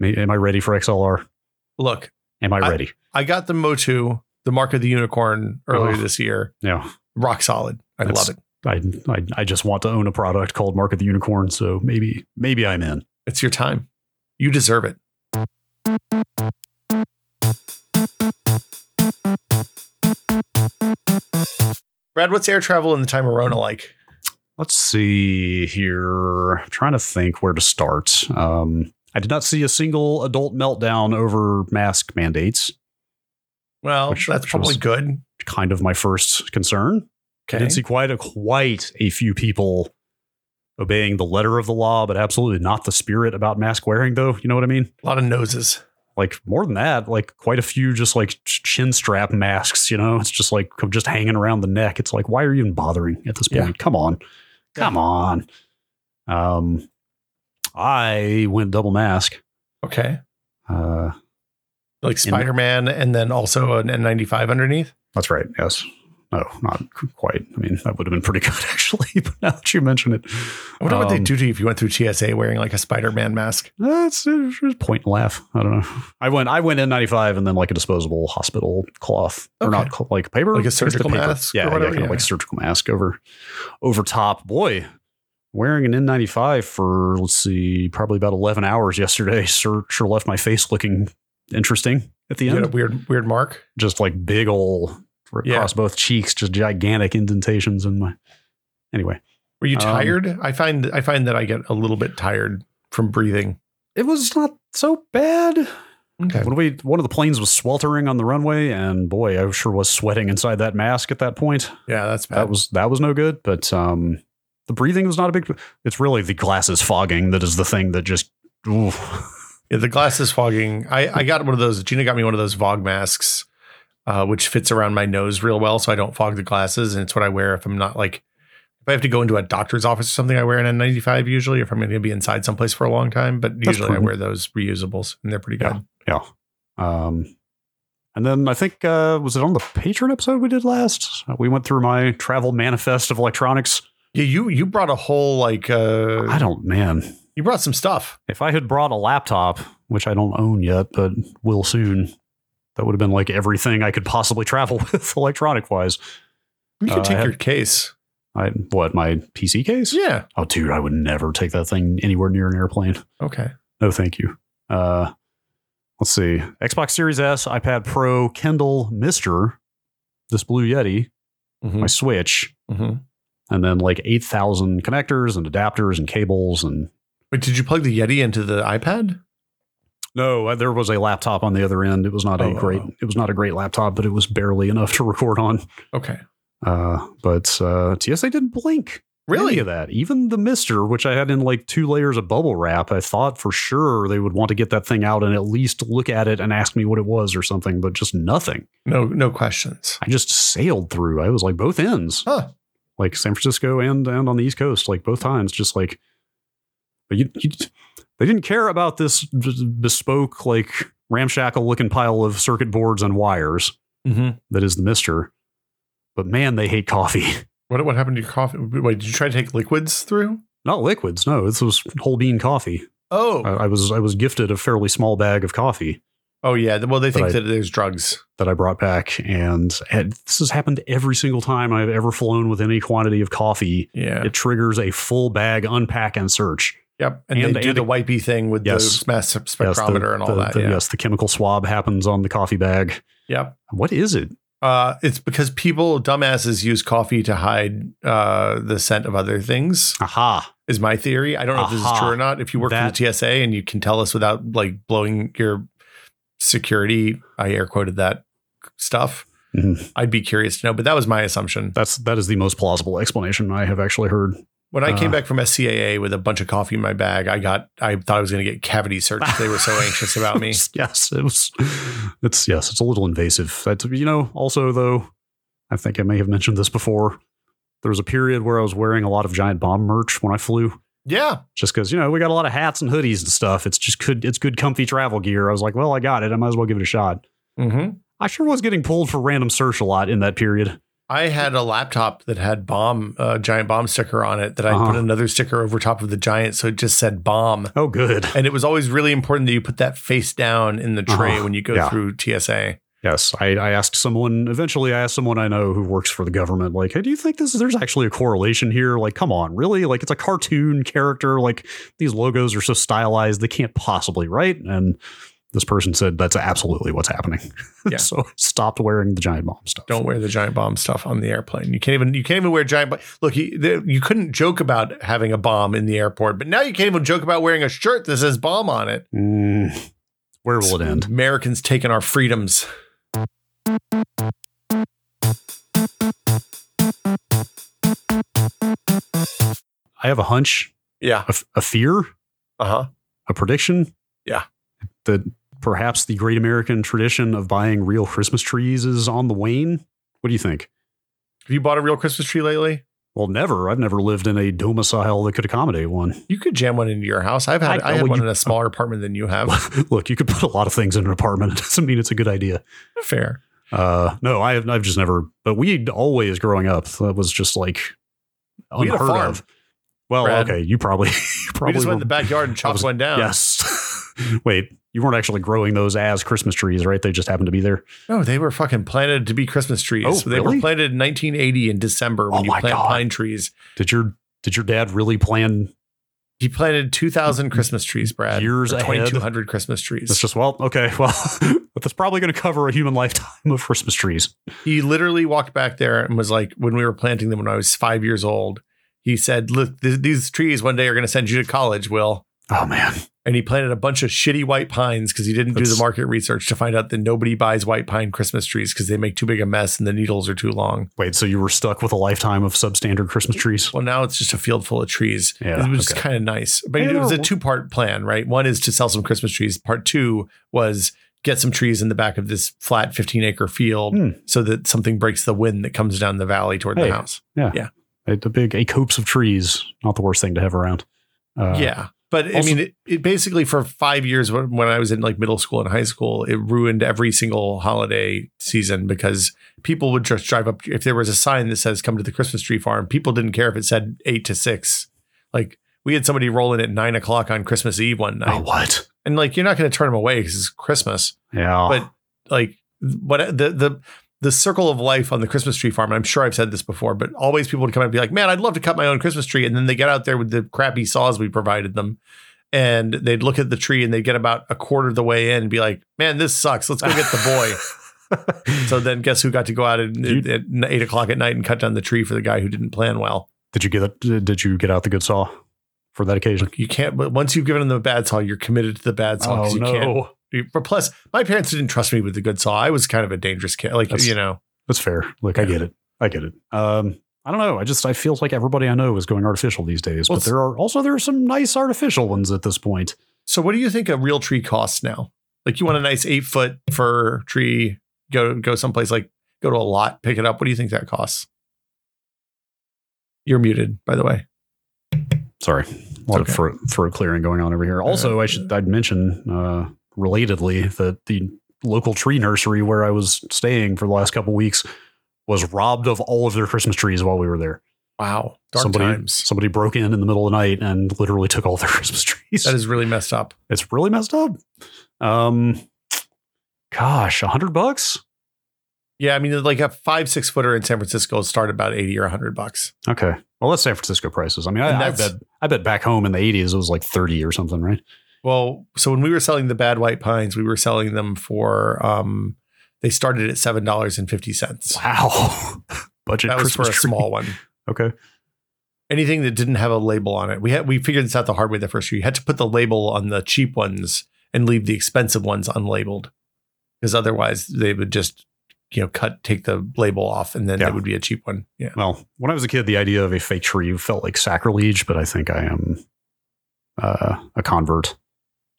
[SPEAKER 2] may Am I ready for XLR?
[SPEAKER 1] Look,
[SPEAKER 2] Am I,
[SPEAKER 1] I-
[SPEAKER 2] ready?
[SPEAKER 1] I got the Motu, the Mark of the Unicorn, earlier
[SPEAKER 2] Oh.
[SPEAKER 1] this year.
[SPEAKER 2] Yeah.
[SPEAKER 1] Rock solid. I
[SPEAKER 2] That's-
[SPEAKER 1] love it.
[SPEAKER 2] I, I I just want to own a product called Mark of the Unicorn. So maybe maybe I'm in.
[SPEAKER 1] It's your time. You deserve it. Brad, what's air travel in the time of Rona like?
[SPEAKER 2] Let's see here. I'm trying to think where to start. Um, I did not see a single adult meltdown over mask mandates.
[SPEAKER 1] Well,
[SPEAKER 2] Which-
[SPEAKER 1] that's
[SPEAKER 2] which
[SPEAKER 1] probably
[SPEAKER 2] was-
[SPEAKER 1] good.
[SPEAKER 2] Kind of my first concern. I
[SPEAKER 1] Okay.
[SPEAKER 2] did see quite a quite a few people obeying the letter of the law, but absolutely not the spirit about mask wearing, though. You know what I mean?
[SPEAKER 1] A lot of noses.
[SPEAKER 2] Like more than that, like quite a few just like ch- chin strap masks. You know, it's just like just hanging around the neck. It's like why are you even bothering at this point?
[SPEAKER 1] Yeah.
[SPEAKER 2] Come on,
[SPEAKER 1] Yeah.
[SPEAKER 2] come on. Um, I went double mask.
[SPEAKER 1] Okay.
[SPEAKER 2] Uh,
[SPEAKER 1] Like Spider Man and then also an N95 underneath.
[SPEAKER 2] that's right. Yes. No, not quite. I mean, that would have been pretty good actually. But now that you mention it,
[SPEAKER 1] I wonder what they
[SPEAKER 2] Um,
[SPEAKER 1] do to you if you went through TSA wearing like a Spider Man mask.
[SPEAKER 2] that's uh, just point and laugh. I don't know. I went I went N95 and then like a disposable hospital cloth or
[SPEAKER 1] Okay.
[SPEAKER 2] not cl- like paper,
[SPEAKER 1] Like a
[SPEAKER 2] Just the
[SPEAKER 1] surgical
[SPEAKER 2] paper.
[SPEAKER 1] mask or
[SPEAKER 2] Yeah,
[SPEAKER 1] whatever,
[SPEAKER 2] yeah, kind
[SPEAKER 1] yeah.
[SPEAKER 2] of like surgical mask over over top. Boy, wearing an N95 for let's see, probably about 11 hours yesterday. Sure, sure left my face looking interesting at the
[SPEAKER 1] You
[SPEAKER 2] end.
[SPEAKER 1] had a weird, weird mark.
[SPEAKER 2] just like big ol' across
[SPEAKER 1] Yeah.
[SPEAKER 2] both cheeks, just gigantic indentations in my. Anyway,
[SPEAKER 1] Were you
[SPEAKER 2] Um,
[SPEAKER 1] tired? I find I find that I get a little bit tired from breathing.
[SPEAKER 2] it was not so bad.
[SPEAKER 1] Okay.
[SPEAKER 2] When we one of the planes was sweltering on the runway, and boy, I sure was sweating inside that mask at that point.
[SPEAKER 1] Yeah, that's bad.
[SPEAKER 2] That was that was no good. But um, the breathing was not a big. It's really the glasses fogging that is the thing that just. oof.
[SPEAKER 1] Yeah, the glasses fogging. I, I got one of those. Gina got me one of those Vogue masks, uh, which fits around my nose real well, so I don't fog the glasses, and it's what I wear if I'm not like if I have to go into a doctor's office or something. I wear an N95 usually, if I'm going to be inside someplace for a long time. But usually I
[SPEAKER 2] prudent.
[SPEAKER 1] wear those reusables, and they're pretty good.
[SPEAKER 2] Yeah. Um, and then I think uh, was it on the Patreon episode we did last? We went through my travel manifest of electronics.
[SPEAKER 1] Yeah, you you brought a whole like uh,
[SPEAKER 2] I don't, man.
[SPEAKER 1] you brought some stuff.
[SPEAKER 2] If I had brought a laptop, which I don't own yet, but will soon, that would have been like everything I could possibly travel with electronic wise.
[SPEAKER 1] You can
[SPEAKER 2] Uh, I
[SPEAKER 1] take
[SPEAKER 2] have-
[SPEAKER 1] your case.
[SPEAKER 2] I what my PC case?
[SPEAKER 1] Yeah.
[SPEAKER 2] Oh, dude, I would never take that thing anywhere near an airplane.
[SPEAKER 1] Okay.
[SPEAKER 2] No, thank you. Uh, let's see: Xbox Series S, iPad Pro, Kindle, Mister, this Blue Yeti,
[SPEAKER 1] Mhm.
[SPEAKER 2] my Switch,
[SPEAKER 1] Mhm.
[SPEAKER 2] and then like eight thousand connectors and adapters and cables and
[SPEAKER 1] Wait, did you plug the Yeti into the iPad?
[SPEAKER 2] No, uh, there was a laptop on the other end. It was not
[SPEAKER 1] Oh,
[SPEAKER 2] a great.
[SPEAKER 1] oh, oh.
[SPEAKER 2] It was not a great laptop, but it was barely enough to record on.
[SPEAKER 1] Okay.
[SPEAKER 2] Uh, but uh, TSA didn't blink.
[SPEAKER 1] Really?
[SPEAKER 2] any of that. Even the Mister, which I had in like two layers of bubble wrap, I thought for sure they would want to get that thing out and at least look at it and ask me what it was or something, but just nothing.
[SPEAKER 1] No, no questions.
[SPEAKER 2] I just sailed through. I was like both ends,
[SPEAKER 1] Huh.
[SPEAKER 2] like San Francisco and and on the East Coast, like both times, just like. But you, you they didn't care about this b- bespoke, like ramshackle looking pile of circuit boards and wires
[SPEAKER 1] Mm-hmm.
[SPEAKER 2] that is the Mister. But man, they hate coffee.
[SPEAKER 1] What what happened to your coffee? Wait, did you try to take liquids through?
[SPEAKER 2] Not liquids, no. This was whole bean coffee.
[SPEAKER 1] Oh,
[SPEAKER 2] I, I was I was gifted a fairly small bag of coffee
[SPEAKER 1] oh yeah. Well, they think
[SPEAKER 2] I-
[SPEAKER 1] that there's drugs.
[SPEAKER 2] that I brought back, and had, this has happened every single time I've ever flown with any quantity of coffee.
[SPEAKER 1] Yeah.
[SPEAKER 2] It triggers a full bag unpack and search.
[SPEAKER 1] yep. And,
[SPEAKER 2] and-
[SPEAKER 1] they do
[SPEAKER 2] and-
[SPEAKER 1] the wipey thing with
[SPEAKER 2] Yes.
[SPEAKER 1] the mass spectrometer
[SPEAKER 2] the-
[SPEAKER 1] and all
[SPEAKER 2] the-
[SPEAKER 1] that.
[SPEAKER 2] the-
[SPEAKER 1] yeah.
[SPEAKER 2] Yes, the chemical swab happens on the coffee bag.
[SPEAKER 1] Yep.
[SPEAKER 2] What is it?
[SPEAKER 1] Uh, it's because people dumbasses use coffee to hide uh, the scent of other things.
[SPEAKER 2] Aha.
[SPEAKER 1] Is my theory. I don't know if this is
[SPEAKER 2] Aha.
[SPEAKER 1] true or not. If you work
[SPEAKER 2] That-
[SPEAKER 1] for the TSA and you can tell us without like blowing your security, I air quoted that stuff.
[SPEAKER 2] Mhm.
[SPEAKER 1] I'd be curious to know, but that was my assumption.
[SPEAKER 2] That's that is the most plausible explanation I have actually heard.
[SPEAKER 1] When I came
[SPEAKER 2] Uh.
[SPEAKER 1] back from SCAA with a bunch of coffee in my bag, I got I thought I was going to get cavity searched. They were so anxious about me.
[SPEAKER 2] yes, it was it's yes, it's a little invasive. That's you know, also though, I think I may have mentioned this before. There was a period where I was wearing a lot of giant bomb merch when I flew.
[SPEAKER 1] Yeah,
[SPEAKER 2] Just because, you know, we got a lot of hats and hoodies and stuff. It's just good it's good comfy travel gear. I was like, well, I got it. I might as well give it a shot.
[SPEAKER 1] mm-hmm.
[SPEAKER 2] I sure was getting pulled for random search a lot in that period.
[SPEAKER 1] I had a laptop that had bomb uh, giant bomb sticker on it that I put
[SPEAKER 2] Uh-huh.
[SPEAKER 1] another sticker over top of the giant, so it just said bomb.
[SPEAKER 2] Oh, good.
[SPEAKER 1] And it was always really important that you put that face down in the tray
[SPEAKER 2] Uh-huh.
[SPEAKER 1] when you go
[SPEAKER 2] Yeah.
[SPEAKER 1] through TSA.
[SPEAKER 2] Yes, I, I asked someone. Eventually, I asked someone I know who works for the government. Like, hey, do you think this is, there's actually a correlation here? Like, come on, really? Like, it's a cartoon character. Like, these logos are so stylized, they can't possibly, right? And this person said that's absolutely what's happening.
[SPEAKER 1] Yeah.
[SPEAKER 2] so I stopped wearing the giant bomb stuff.
[SPEAKER 1] Don't wear the giant bomb stuff on the airplane. You can't even you can't even wear giant. Bo- Look, you, the, you couldn't joke about having a bomb in the airport, but now you can't even joke about wearing a shirt that says bomb on it.
[SPEAKER 2] Mm. Where will it end?
[SPEAKER 1] Americans taking our freedoms.
[SPEAKER 2] I have a hunch,
[SPEAKER 1] Yeah.
[SPEAKER 2] a, f- a fear,
[SPEAKER 1] Uh huh.
[SPEAKER 2] a prediction.
[SPEAKER 1] Yeah.
[SPEAKER 2] That perhaps the great American tradition of buying real Christmas trees is on the wane. What do you think?
[SPEAKER 1] Have you bought a real Christmas tree lately?
[SPEAKER 2] Well, never. I've never lived in a domicile that could accommodate one.
[SPEAKER 1] You could jam one into your house. I've had
[SPEAKER 2] I-
[SPEAKER 1] I, had
[SPEAKER 2] well,
[SPEAKER 1] one
[SPEAKER 2] you-
[SPEAKER 1] in a smaller apartment than you have.
[SPEAKER 2] Look, you could put a lot of things in an apartment. It doesn't mean it's a good idea.
[SPEAKER 1] Fair.
[SPEAKER 2] Uh, no, I have, I've just never. But weed always growing up that was just like
[SPEAKER 1] We had a
[SPEAKER 2] unheard
[SPEAKER 1] farm,
[SPEAKER 2] of. Well,
[SPEAKER 1] Brad.
[SPEAKER 2] okay, you probably you
[SPEAKER 1] we
[SPEAKER 2] probably
[SPEAKER 1] just went in
[SPEAKER 2] were-
[SPEAKER 1] the backyard and chopped
[SPEAKER 2] was-
[SPEAKER 1] one down.
[SPEAKER 2] Yes. Wait, you weren't actually growing those as Christmas trees, right? They just happened to be there.
[SPEAKER 1] No, Oh, they were fucking planted to be Christmas trees.
[SPEAKER 2] Oh,
[SPEAKER 1] They were
[SPEAKER 2] really?
[SPEAKER 1] planted in 1980 in December when
[SPEAKER 2] Oh
[SPEAKER 1] you
[SPEAKER 2] my
[SPEAKER 1] plant
[SPEAKER 2] God.
[SPEAKER 1] pine trees.
[SPEAKER 2] Did your did your dad really plan?
[SPEAKER 1] He planted 2,000 Christmas trees, Brad.
[SPEAKER 2] Years
[SPEAKER 1] or
[SPEAKER 2] ahead.
[SPEAKER 1] 2,200 Christmas trees.
[SPEAKER 2] It's just well, okay, well, that's probably going to cover a human lifetime of Christmas trees.
[SPEAKER 1] He literally walked back there and was like, when we were planting them when I was five years old, he said, Look, th- these trees one day are going to send you to college, Will.
[SPEAKER 2] Oh man,
[SPEAKER 1] And he planted a bunch of shitty white pines because he didn't do
[SPEAKER 2] That's-
[SPEAKER 1] the market research to find out that nobody buys white pine Christmas trees because they make too big a mess and the needles are too long.
[SPEAKER 2] wait, so you were stuck with a lifetime of substandard Christmas trees?
[SPEAKER 1] Well, now it's just a field full of trees.
[SPEAKER 2] Yeah,
[SPEAKER 1] it was
[SPEAKER 2] okay.
[SPEAKER 1] kind of nice. But
[SPEAKER 2] Yeah,
[SPEAKER 1] it was a
[SPEAKER 2] well-
[SPEAKER 1] two part plan, right? One is to sell some Christmas trees. Part two was get some trees in the back of this flat 15 acre field
[SPEAKER 2] Hmm.
[SPEAKER 1] so that something breaks the wind that comes down the valley toward
[SPEAKER 2] Hey.
[SPEAKER 1] the house.
[SPEAKER 2] A, a big acopes of trees, not the worst thing to have around. Uh,
[SPEAKER 1] yeah. But I
[SPEAKER 2] also-
[SPEAKER 1] mean, it, it basically for five years when, when I was in like middle school and high school, it ruined every single holiday season because people would just drive up. If there was a sign that says come to the Christmas tree farm, people didn't care if it said eight to six. Like we had somebody rolling at nine o'clock on Christmas Eve one night.
[SPEAKER 2] Oh what?
[SPEAKER 1] and like you're not going to turn them away because it's Christmas.
[SPEAKER 2] Yeah.
[SPEAKER 1] But like, what the the the circle of life on the Christmas tree farm. and I'm sure I've said this before, but always people would come out and be like, "Man, I'd love to cut my own Christmas tree," and then they get out there with the crappy saws we provided them, and they'd look at the tree and they'd get about a quarter of the way in and be like, "Man, this sucks. Let's go get the boy." so then, guess who got to go out at,
[SPEAKER 2] You-
[SPEAKER 1] at eight o'clock at night and cut down the tree for the guy who didn't plan well?
[SPEAKER 2] did you get did you get out the good saw for that occasion?
[SPEAKER 1] You can't. But once you've given them the bad saw, you're committed to the bad
[SPEAKER 2] Oh,
[SPEAKER 1] saw. 'cause you can't But plus, my parents didn't trust me with the good saw. I was kind of a dangerous kid. Like,
[SPEAKER 2] That's-
[SPEAKER 1] you know,
[SPEAKER 2] That's fair. Look, I get it. I get it. Um, I don't know. I just I feel like everybody I know is going artificial these days,
[SPEAKER 1] Well,
[SPEAKER 2] but there are also there are some nice artificial ones at this point.
[SPEAKER 1] so what do you think a real tree costs now? Like, you want a nice eight foot fir tree, go go someplace like go to a lot, pick it up. What do you think that costs? You're muted, by the way.
[SPEAKER 2] Sorry, a
[SPEAKER 1] okay. Uh,
[SPEAKER 2] lot of throat, throat clearing going on over here. Also, I should I'd mention uh, relatedly that the local tree nursery where I was staying for the last couple weeks was robbed of all of their Christmas trees while we were there.
[SPEAKER 1] Wow, dark
[SPEAKER 2] somebody
[SPEAKER 1] times.
[SPEAKER 2] somebody broke in in the middle of the night and literally took all their Christmas trees.
[SPEAKER 1] That is really messed up.
[SPEAKER 2] it's really messed up. Um, gosh, a hundred bucks.
[SPEAKER 1] Yeah, I mean, like a five six footer in San Francisco start about eighty or hundred bucks.
[SPEAKER 2] Okay. Well, that's San Francisco prices. I mean,
[SPEAKER 1] And
[SPEAKER 2] I, I
[SPEAKER 1] that's-
[SPEAKER 2] bet I bet back home in the '80s it was like 30 or something, right?
[SPEAKER 1] Well, so when we were selling the bad white pines, we were selling them for um, they started at seven dollars and fifty cents.
[SPEAKER 2] Wow. Budget
[SPEAKER 1] That was for
[SPEAKER 2] Christmas
[SPEAKER 1] a
[SPEAKER 2] tree.
[SPEAKER 1] small one.
[SPEAKER 2] Okay.
[SPEAKER 1] anything that didn't have a label on it. We had we figured this out the hard way the first year. You had to put the label on the cheap ones and leave the expensive ones unlabeled, because otherwise they would just you know cut take the label off and then
[SPEAKER 2] Yeah.
[SPEAKER 1] it would be a cheap one. Yeah,
[SPEAKER 2] Well, when I was a kid, the idea of a fake tree felt like sacrilege, but I think I am uh, a convert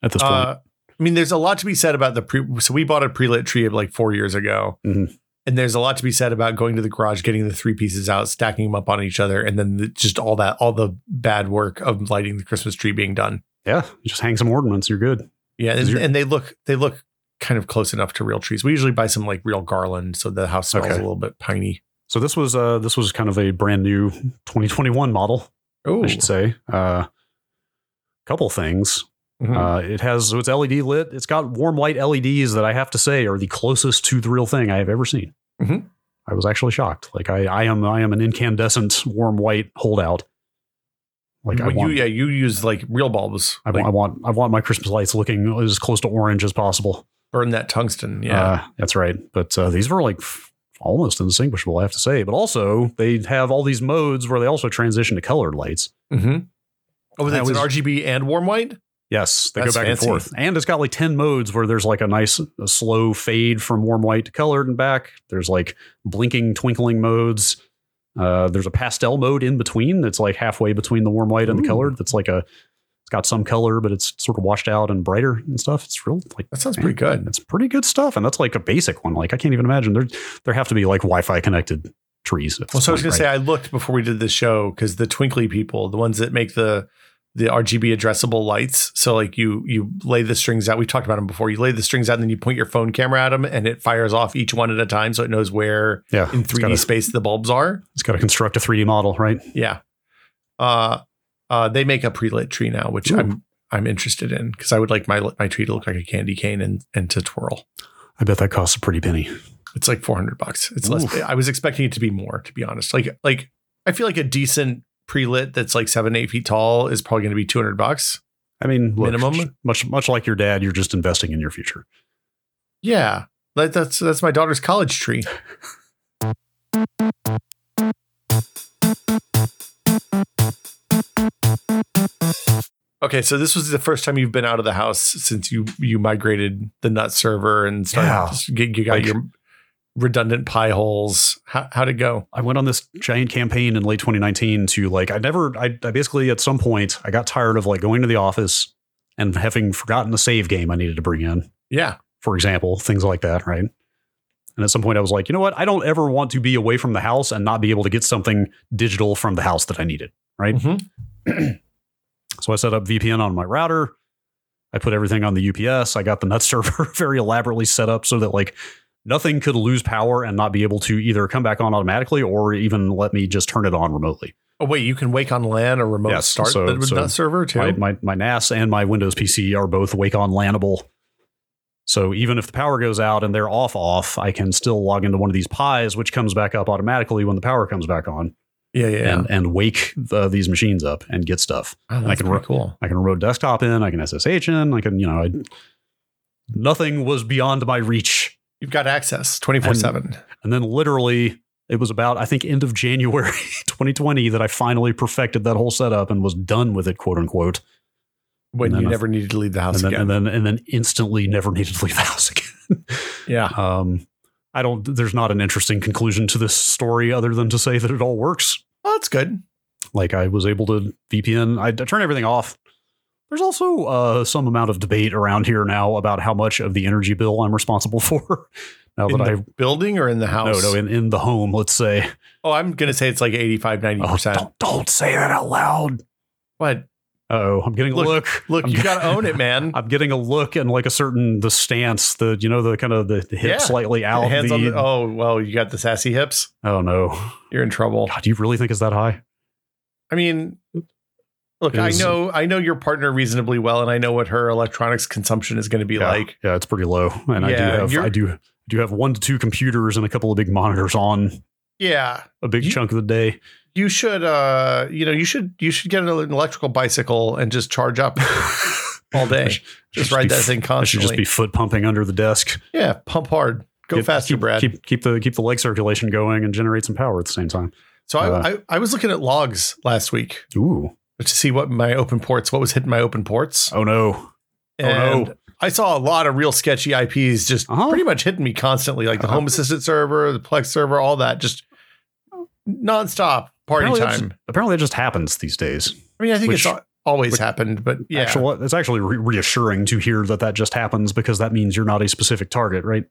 [SPEAKER 2] at this point.
[SPEAKER 1] Uh, I mean, there's a lot to be said about the pre. So we bought a pre lit tree of like four years ago.
[SPEAKER 2] Mhm.
[SPEAKER 1] And there's a lot to be said about going to the garage, getting the three pieces out, stacking them up on each other, and then the, just all that, all the bad work of lighting the Christmas tree being done.
[SPEAKER 2] yeah, you just hang some ornaments, you're good.
[SPEAKER 1] Yeah,
[SPEAKER 2] Is
[SPEAKER 1] and,
[SPEAKER 2] your-
[SPEAKER 1] and they look they look kind of close enough to real trees. We usually buy some like real garland, so the house smells
[SPEAKER 2] Okay.
[SPEAKER 1] a little bit piney.
[SPEAKER 2] So this was uh, this was kind of a brand new 2021 model,
[SPEAKER 1] Oh,
[SPEAKER 2] I should say. Uh, couple things.
[SPEAKER 1] Hmm. Mm-hmm.
[SPEAKER 2] Uh, it has so it's LED lit. It's got warm light LEDs that I have to say are the closest to the real thing I have ever seen.
[SPEAKER 1] Mhm.
[SPEAKER 2] I was actually shocked. Like I, I am, I am an incandescent warm white holdout. Like I want,
[SPEAKER 1] you, yeah, you use like real bulbs.
[SPEAKER 2] I,
[SPEAKER 1] like,
[SPEAKER 2] want, I want, I want my Christmas lights looking as close to orange as possible.
[SPEAKER 1] burn that tungsten. Yeah,
[SPEAKER 2] Uh, that's right. But uh, these were like f- almost indistinguishable, I have to say. But also, they have all these modes where they also transition to colored lights.
[SPEAKER 1] mm-hmm. oh,
[SPEAKER 2] that
[SPEAKER 1] that's
[SPEAKER 2] was-
[SPEAKER 1] an RGB and warm white.
[SPEAKER 2] Yes, they
[SPEAKER 1] That's
[SPEAKER 2] go back
[SPEAKER 1] fancy.
[SPEAKER 2] and forth. And it's got like 10 modes where there's like a nice a slow fade from warm white to colored and back. There's like blinking, twinkling modes. Uh, there's a pastel mode in between that's like halfway between the warm white and the
[SPEAKER 1] Ooh.
[SPEAKER 2] colored. That's like a, it's got some color, but it's sort of washed out and brighter and stuff. It's real, like,
[SPEAKER 1] That sounds pretty good.
[SPEAKER 2] it's pretty good stuff. And that's like a basic one. Like, I can't even imagine. There, there have to be like Wi Fi connected trees. at this
[SPEAKER 1] Well, so I was
[SPEAKER 2] point,
[SPEAKER 1] gonna
[SPEAKER 2] right?
[SPEAKER 1] say I looked before we did the show because the twinkly people, the ones that make the the RGB addressable lights. So like you you lay the strings out. We talked about them before. You lay the strings out, and then you point your phone camera at them, and it fires off each one at a time, so it knows where
[SPEAKER 2] Yeah.
[SPEAKER 1] in
[SPEAKER 2] it's gotta-
[SPEAKER 1] 3D space the bulbs are.
[SPEAKER 2] It's got to construct a 3D model, right?
[SPEAKER 1] Yeah. Uh, uh, they make a pre-lit tree now, which
[SPEAKER 2] Ooh.
[SPEAKER 1] I'm I'm interested in because I would like my my tree to look like a candy cane and and to twirl.
[SPEAKER 2] I bet that costs a pretty penny.
[SPEAKER 1] It's like 400 bucks. It's
[SPEAKER 2] Oof.
[SPEAKER 1] less. I was expecting it to be more, to be honest. Like like I feel like a decent pre-lit that's like seven eight feet tall is probably going to be 200 bucks.
[SPEAKER 2] I mean, look,
[SPEAKER 1] Minimum?
[SPEAKER 2] Much much like your dad, you're just investing in your future.
[SPEAKER 1] Yeah, Like, that's that's my daughter's college tree. Okay, so this was the first time you've been out of the house since you you migrated the nut server and started you, you got
[SPEAKER 2] Like-
[SPEAKER 1] your redundant pie holes. How, how'd it go?
[SPEAKER 2] I went on this giant campaign in late 2019 to like I never I, I basically at some point I got tired of like going to the office and having forgotten the save game I needed to bring in,
[SPEAKER 1] Yeah,
[SPEAKER 2] for example, things like that, right? And at some point I was like, you know what? I don't ever want to be away from the house and not be able to get something digital from the house that I Mm-hmm. needed.
[SPEAKER 1] Mhm.
[SPEAKER 2] So I set up VPN on my router. I put everything on the UPS. I got the nut server very elaborately set up so that like nothing could lose power and not be able to either come back on automatically or even let me just turn it on remotely.
[SPEAKER 1] Oh wait, you can wake on LAN or remote
[SPEAKER 2] Yes,
[SPEAKER 1] start
[SPEAKER 2] so-
[SPEAKER 1] the
[SPEAKER 2] so
[SPEAKER 1] nut server too.
[SPEAKER 2] My, my my NAS and my Windows PC are both Wake on LANable. So even if the power goes out and they're off off, I can still log into one of these pies, which comes back up automatically when the power comes back on,
[SPEAKER 1] yeah, yeah, yeah.
[SPEAKER 2] and and wake the, these machines up and get stuff.
[SPEAKER 1] Oh, that's
[SPEAKER 2] can
[SPEAKER 1] pretty
[SPEAKER 2] work-
[SPEAKER 1] cool.
[SPEAKER 2] I can remote desktop in. I can SSH in. I can, you know, I, nothing was beyond my reach.
[SPEAKER 1] You've got access twenty four seven.
[SPEAKER 2] And then literally, it was about I think end of January 2020 that I finally perfected that whole setup and was done with it, quote unquote.
[SPEAKER 1] When
[SPEAKER 2] and then
[SPEAKER 1] you
[SPEAKER 2] a-
[SPEAKER 1] never needed to leave the
[SPEAKER 2] And
[SPEAKER 1] house
[SPEAKER 2] then,
[SPEAKER 1] again.
[SPEAKER 2] and then and then instantly never needed to leave the house again.
[SPEAKER 1] yeah.
[SPEAKER 2] um, I don't. There's not an interesting conclusion to this story other than to say that it all works.
[SPEAKER 1] Oh, that's good.
[SPEAKER 2] like I was able to VPN. I, I turn everything off. There's also uh, some amount of debate around here now about how much of the energy bill I'm responsible for. Now
[SPEAKER 1] in
[SPEAKER 2] that
[SPEAKER 1] the building or in the
[SPEAKER 2] I no
[SPEAKER 1] house?
[SPEAKER 2] no in, in the home, let's say.
[SPEAKER 1] oh, I'm gonna say it's like 85, 90
[SPEAKER 2] Oh,
[SPEAKER 1] percent.
[SPEAKER 2] don't, don't say that out loud.
[SPEAKER 1] But
[SPEAKER 2] Oh, I'm getting a
[SPEAKER 1] Look,
[SPEAKER 2] look.
[SPEAKER 1] look,
[SPEAKER 2] I'm
[SPEAKER 1] you gotta own it, man.
[SPEAKER 2] I'm getting a look and like a certain the stance, the you know the kind of the, the hip
[SPEAKER 1] Yeah.
[SPEAKER 2] slightly out.
[SPEAKER 1] Hands
[SPEAKER 2] the,
[SPEAKER 1] on the, oh well, you got the sassy hips.
[SPEAKER 2] oh no,
[SPEAKER 1] You're in trouble.
[SPEAKER 2] God, do you really think it's that high?
[SPEAKER 1] I mean, look,
[SPEAKER 2] It
[SPEAKER 1] I
[SPEAKER 2] is-
[SPEAKER 1] know I know your partner reasonably well, and I know what her electronics consumption is gonna be
[SPEAKER 2] yeah,
[SPEAKER 1] like.
[SPEAKER 2] yeah, it's pretty low. And I do
[SPEAKER 1] Yeah,
[SPEAKER 2] have
[SPEAKER 1] you're-
[SPEAKER 2] I do do have one to two computers and a couple of big monitors on
[SPEAKER 1] Yeah.
[SPEAKER 2] a big
[SPEAKER 1] You-
[SPEAKER 2] chunk of the day.
[SPEAKER 1] You should uh you know, you should you should get an electrical bicycle and just charge up all
[SPEAKER 2] I
[SPEAKER 1] day.
[SPEAKER 2] should-
[SPEAKER 1] just
[SPEAKER 2] should
[SPEAKER 1] ride
[SPEAKER 2] be-
[SPEAKER 1] that thing
[SPEAKER 2] I should
[SPEAKER 1] constantly.
[SPEAKER 2] just be foot pumping under the desk.
[SPEAKER 1] yeah, pump hard. Go
[SPEAKER 2] Get-
[SPEAKER 1] faster,
[SPEAKER 2] keep,
[SPEAKER 1] Brad.
[SPEAKER 2] Keep keep the keep the leg circulation going and generate some power at the same time.
[SPEAKER 1] so I,
[SPEAKER 2] uh,
[SPEAKER 1] I I was looking at logs last week
[SPEAKER 2] Ooh,
[SPEAKER 1] to see what my open ports, what was hitting my open ports.
[SPEAKER 2] oh no, Oh, no.
[SPEAKER 1] And I saw a lot of real sketchy IPs just
[SPEAKER 2] Uh-huh.
[SPEAKER 1] pretty much hitting me constantly, like the
[SPEAKER 2] Uh-huh.
[SPEAKER 1] home assistant server, the Plex server, all that, just nonstop party
[SPEAKER 2] Oh. Apparently that's-
[SPEAKER 1] time.
[SPEAKER 2] Apparently, it just happens these days.
[SPEAKER 1] I mean, I think
[SPEAKER 2] which-
[SPEAKER 1] it's al- always
[SPEAKER 2] which-
[SPEAKER 1] happened, but yeah,
[SPEAKER 2] Actual, it's actually re- reassuring to hear that that just happens because that means you're not a specific target, right?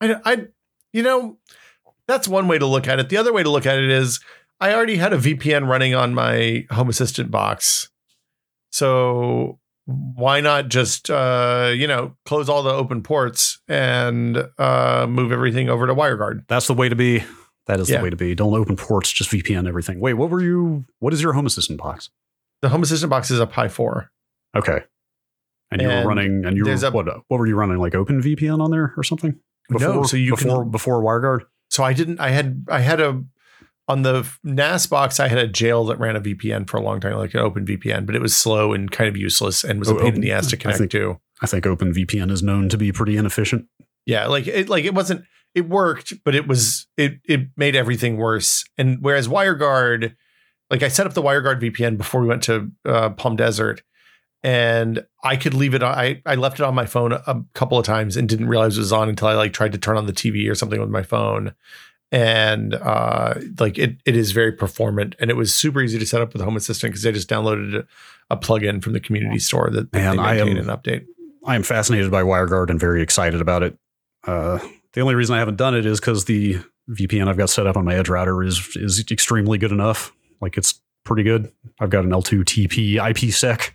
[SPEAKER 1] I, I, you know, that's one way to look at it. The other way to look at it is I already had a VPN running on my home assistant box, so why not just uh, you know close all the open ports and uh, move everything over to WireGuard?
[SPEAKER 2] That's the way to be. That is
[SPEAKER 1] Yeah.
[SPEAKER 2] the way to be. Don't open ports, just VPN everything. Wait, what were you? What is your home assistant box?
[SPEAKER 1] The home assistant box is a Pi four.
[SPEAKER 2] Okay, and, you
[SPEAKER 1] And
[SPEAKER 2] were running, and you were
[SPEAKER 1] there's a-
[SPEAKER 2] what? What were you running? Like Open VPN on there or something?
[SPEAKER 1] No, so you can-
[SPEAKER 2] before before WireGuard.
[SPEAKER 1] so I didn't. I had I had a on the NAS box. I had a jail that ran a VPN for a long time, like an open VPN, but it was slow and kind of useless, and was a
[SPEAKER 2] Oh,
[SPEAKER 1] pain in
[SPEAKER 2] Open-
[SPEAKER 1] the ass to
[SPEAKER 2] I
[SPEAKER 1] connect
[SPEAKER 2] think-
[SPEAKER 1] to.
[SPEAKER 2] I think OpenVPN is known to be pretty inefficient.
[SPEAKER 1] Yeah, like it like it wasn't. It worked, but it was it it made everything worse. And whereas WireGuard, like I set up the WireGuard VPN before we went to uh, Palm Desert, and I could leave it. on- I I left it on my phone a couple of times and didn't realize it was on until I like tried to turn on the TV or something with my phone, and uh, like it it is very performant and it was super easy to set up with Home Assistant because I just downloaded a, a plugin from the community store that
[SPEAKER 2] Man,
[SPEAKER 1] they
[SPEAKER 2] I am-
[SPEAKER 1] maintain and update.
[SPEAKER 2] I am fascinated by WireGuard and very excited about it. Uh, the only reason I haven't done it is because the VPN I've got set up on my Edge router is is extremely good enough. Like it's pretty good. I've got an L2 TP IPsec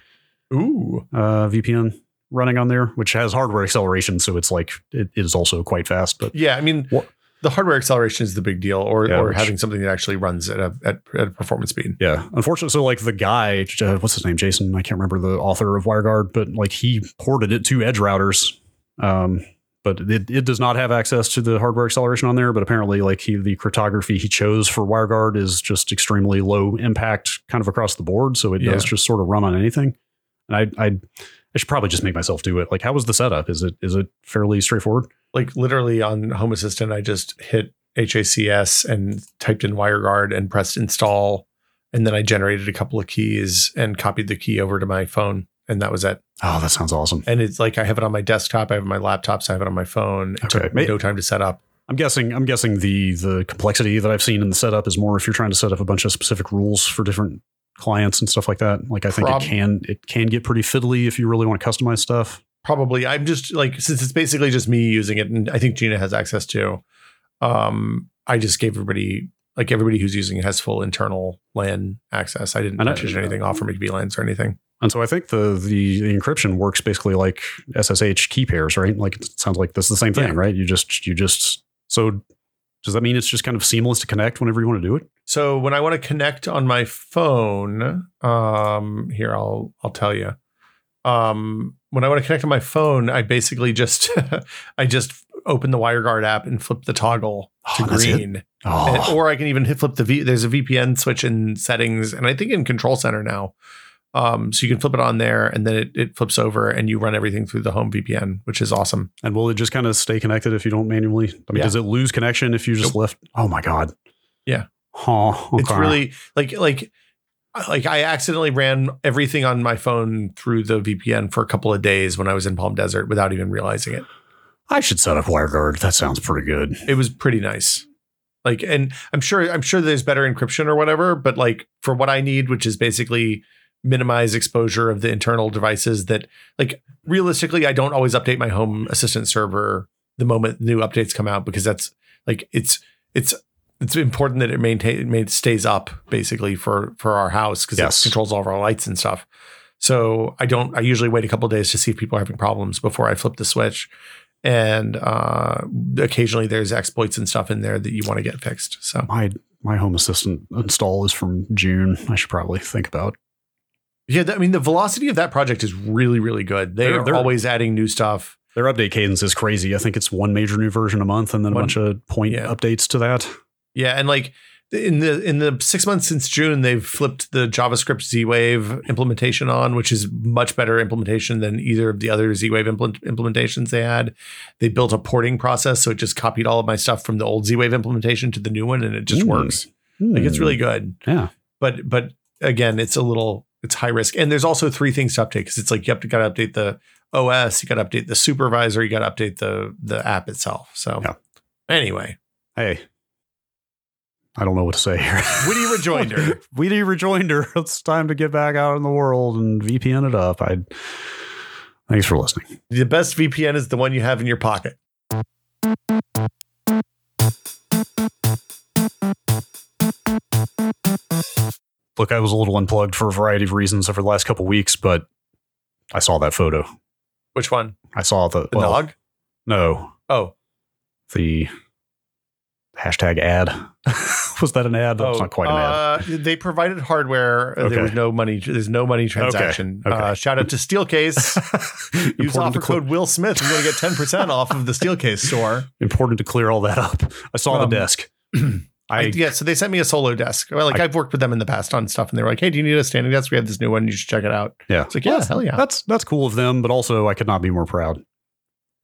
[SPEAKER 1] Ooh.
[SPEAKER 2] uh, VPN running on there, which has hardware acceleration, so it's like it is also quite fast. But
[SPEAKER 1] Yeah, I mean,
[SPEAKER 2] What-
[SPEAKER 1] the hardware acceleration is the big deal, or
[SPEAKER 2] Yeah,
[SPEAKER 1] or
[SPEAKER 2] which-
[SPEAKER 1] having something that actually runs at a at, at a performance speed.
[SPEAKER 2] Yeah. Unfortunately, so like the guy, uh, what's his name? Jason. I can't remember the author of WireGuard, but like he ported it to edge routers. Um, but it, it does not have access to the hardware acceleration on there. But apparently, like he, the cryptography he chose for WireGuard is just extremely low impact, kind of across the board. So it
[SPEAKER 1] Yeah.
[SPEAKER 2] does just sort of run on anything. And I, I, I should probably just make myself do it. Like, how was the setup? Is it is it fairly straightforward?
[SPEAKER 1] Like literally on Home Assistant, I just hit HACS and typed in WireGuard and pressed install, and then I generated a couple of keys and copied the key over to my phone, and that was it.
[SPEAKER 2] Oh, that sounds awesome.
[SPEAKER 1] And it's like I have it on my desktop, I have it on my laptops, I have it on my phone. It
[SPEAKER 2] Okay.
[SPEAKER 1] took
[SPEAKER 2] May-
[SPEAKER 1] no time to set up.
[SPEAKER 2] I'm guessing. I'm guessing the the complexity that I've seen in the setup is more if you're trying to set up a bunch of specific rules for different clients and stuff like that. Like I think
[SPEAKER 1] Prob-
[SPEAKER 2] it can it can get pretty fiddly if you really want to customize stuff.
[SPEAKER 1] probably i'm just like since it's basically just me using it and i think gina has access to um i just gave everybody like everybody who's using it has full internal lan access i didn't
[SPEAKER 2] And I-
[SPEAKER 1] change anything off from hb lans or anything
[SPEAKER 2] And so I think the, the the encryption works basically like SSH key pairs, right? Like it sounds like this is the same thing,
[SPEAKER 1] Yeah.
[SPEAKER 2] right? You just you just so does that mean it's just kind of seamless to connect whenever you want to do it?
[SPEAKER 1] so when i want to connect on my phone um here i'll i'll tell you um when i want to connect on my phone i basically just i just open the wireguard app and flip the toggle to
[SPEAKER 2] Oh, that's it?
[SPEAKER 1] green
[SPEAKER 2] Oh,
[SPEAKER 1] And- or I can even hit flip the V. There's a VPN switch in settings, and I think in Control Center now. Um, so you can flip it on there, and then it, it flips over, and you run everything through the home VPN, which is awesome.
[SPEAKER 2] and will it just kind of stay connected if you don't manually? I mean,
[SPEAKER 1] Yeah.
[SPEAKER 2] does it lose connection if you just left? Oh my god.
[SPEAKER 1] Yeah.
[SPEAKER 2] Huh.
[SPEAKER 1] It's
[SPEAKER 2] okay.
[SPEAKER 1] really like like like I accidentally ran everything on my phone through the VPN for a couple of days when I was in Palm Desert without even realizing it.
[SPEAKER 2] I should set up WireGuard. That sounds pretty good.
[SPEAKER 1] It was pretty nice. Like, and I'm sure I'm sure there's better encryption or whatever, but like for what I need, which is basically minimize exposure of the internal devices that like realistically I don't always update my home assistant server the moment new updates come out because that's like it's it's it's important that it maintain it main- stays up basically for for our house because
[SPEAKER 2] Yes.
[SPEAKER 1] it controls all of our lights and stuff. So I don't I usually wait a couple days to see if people are having problems before I flip the switch. And uh occasionally there's exploits and stuff in there that you want to get fixed. So
[SPEAKER 2] My my home assistant install is from June. I should probably think about.
[SPEAKER 1] yeah, that, I mean the velocity of that project is really really good. They
[SPEAKER 2] They're-
[SPEAKER 1] are
[SPEAKER 2] they're-
[SPEAKER 1] always adding new stuff.
[SPEAKER 2] Their update cadence is crazy. I think it's one major new version a month and then
[SPEAKER 1] One-
[SPEAKER 2] a bunch of point
[SPEAKER 1] yeah.
[SPEAKER 2] updates to that.
[SPEAKER 1] Yeah, and like in the in the six months since June, they've flipped the JavaScript Z Wave implementation on, which is much better implementation than either of the other Z Wave implement- implementations they had. They built a porting process, so it just copied all of my stuff from the old Z Wave implementation to the new one, and it just
[SPEAKER 2] Mm.
[SPEAKER 1] works. Like it's
[SPEAKER 2] Hmm.
[SPEAKER 1] really good.
[SPEAKER 2] Yeah.
[SPEAKER 1] but but again, it's a little it's high risk, and there's also three things to update because it's like you have to got to update the OS, you got to update the supervisor, you got to update the the app itself. So
[SPEAKER 2] Yeah.
[SPEAKER 1] anyway,
[SPEAKER 2] Hey, I don't know what to say here.
[SPEAKER 1] witty rejoinder.
[SPEAKER 2] Weedy rejoinder. It's time to get back out in the world and VPN it up. I thanks for listening.
[SPEAKER 1] The best VPN is the one you have in your pocket.
[SPEAKER 2] Look, I was a little unplugged for a variety of reasons over the last couple weeks, but I saw that photo.
[SPEAKER 1] Which one?
[SPEAKER 2] I saw the,
[SPEAKER 1] The
[SPEAKER 2] well,
[SPEAKER 1] dog?
[SPEAKER 2] No,
[SPEAKER 1] Oh,
[SPEAKER 2] the hashtag ad. was that an ad? That was
[SPEAKER 1] oh,
[SPEAKER 2] not quite an ad.
[SPEAKER 1] uh, They provided hardware. Uh,
[SPEAKER 2] Okay.
[SPEAKER 1] There was no money. There's no money transaction.
[SPEAKER 2] okay.
[SPEAKER 1] Uh, shout out to Steelcase. Use
[SPEAKER 2] important,
[SPEAKER 1] offer
[SPEAKER 2] to clear,
[SPEAKER 1] code Will Smith. You're going to get 10% off of the Steelcase store.
[SPEAKER 2] important to clear all that up. I saw
[SPEAKER 1] Um,
[SPEAKER 2] the desk.
[SPEAKER 1] I,
[SPEAKER 2] I,
[SPEAKER 1] yeah, so they sent me a solo desk. Well, like I,
[SPEAKER 2] I-
[SPEAKER 1] have worked with them in the past on stuff, and they were like, "Hey, do you need a standing desk? We have this new one. You should check it out."
[SPEAKER 2] yeah,
[SPEAKER 1] It's like, "Yeah, hell yeah!"
[SPEAKER 2] that's that's cool of them, but also I could not be more proud.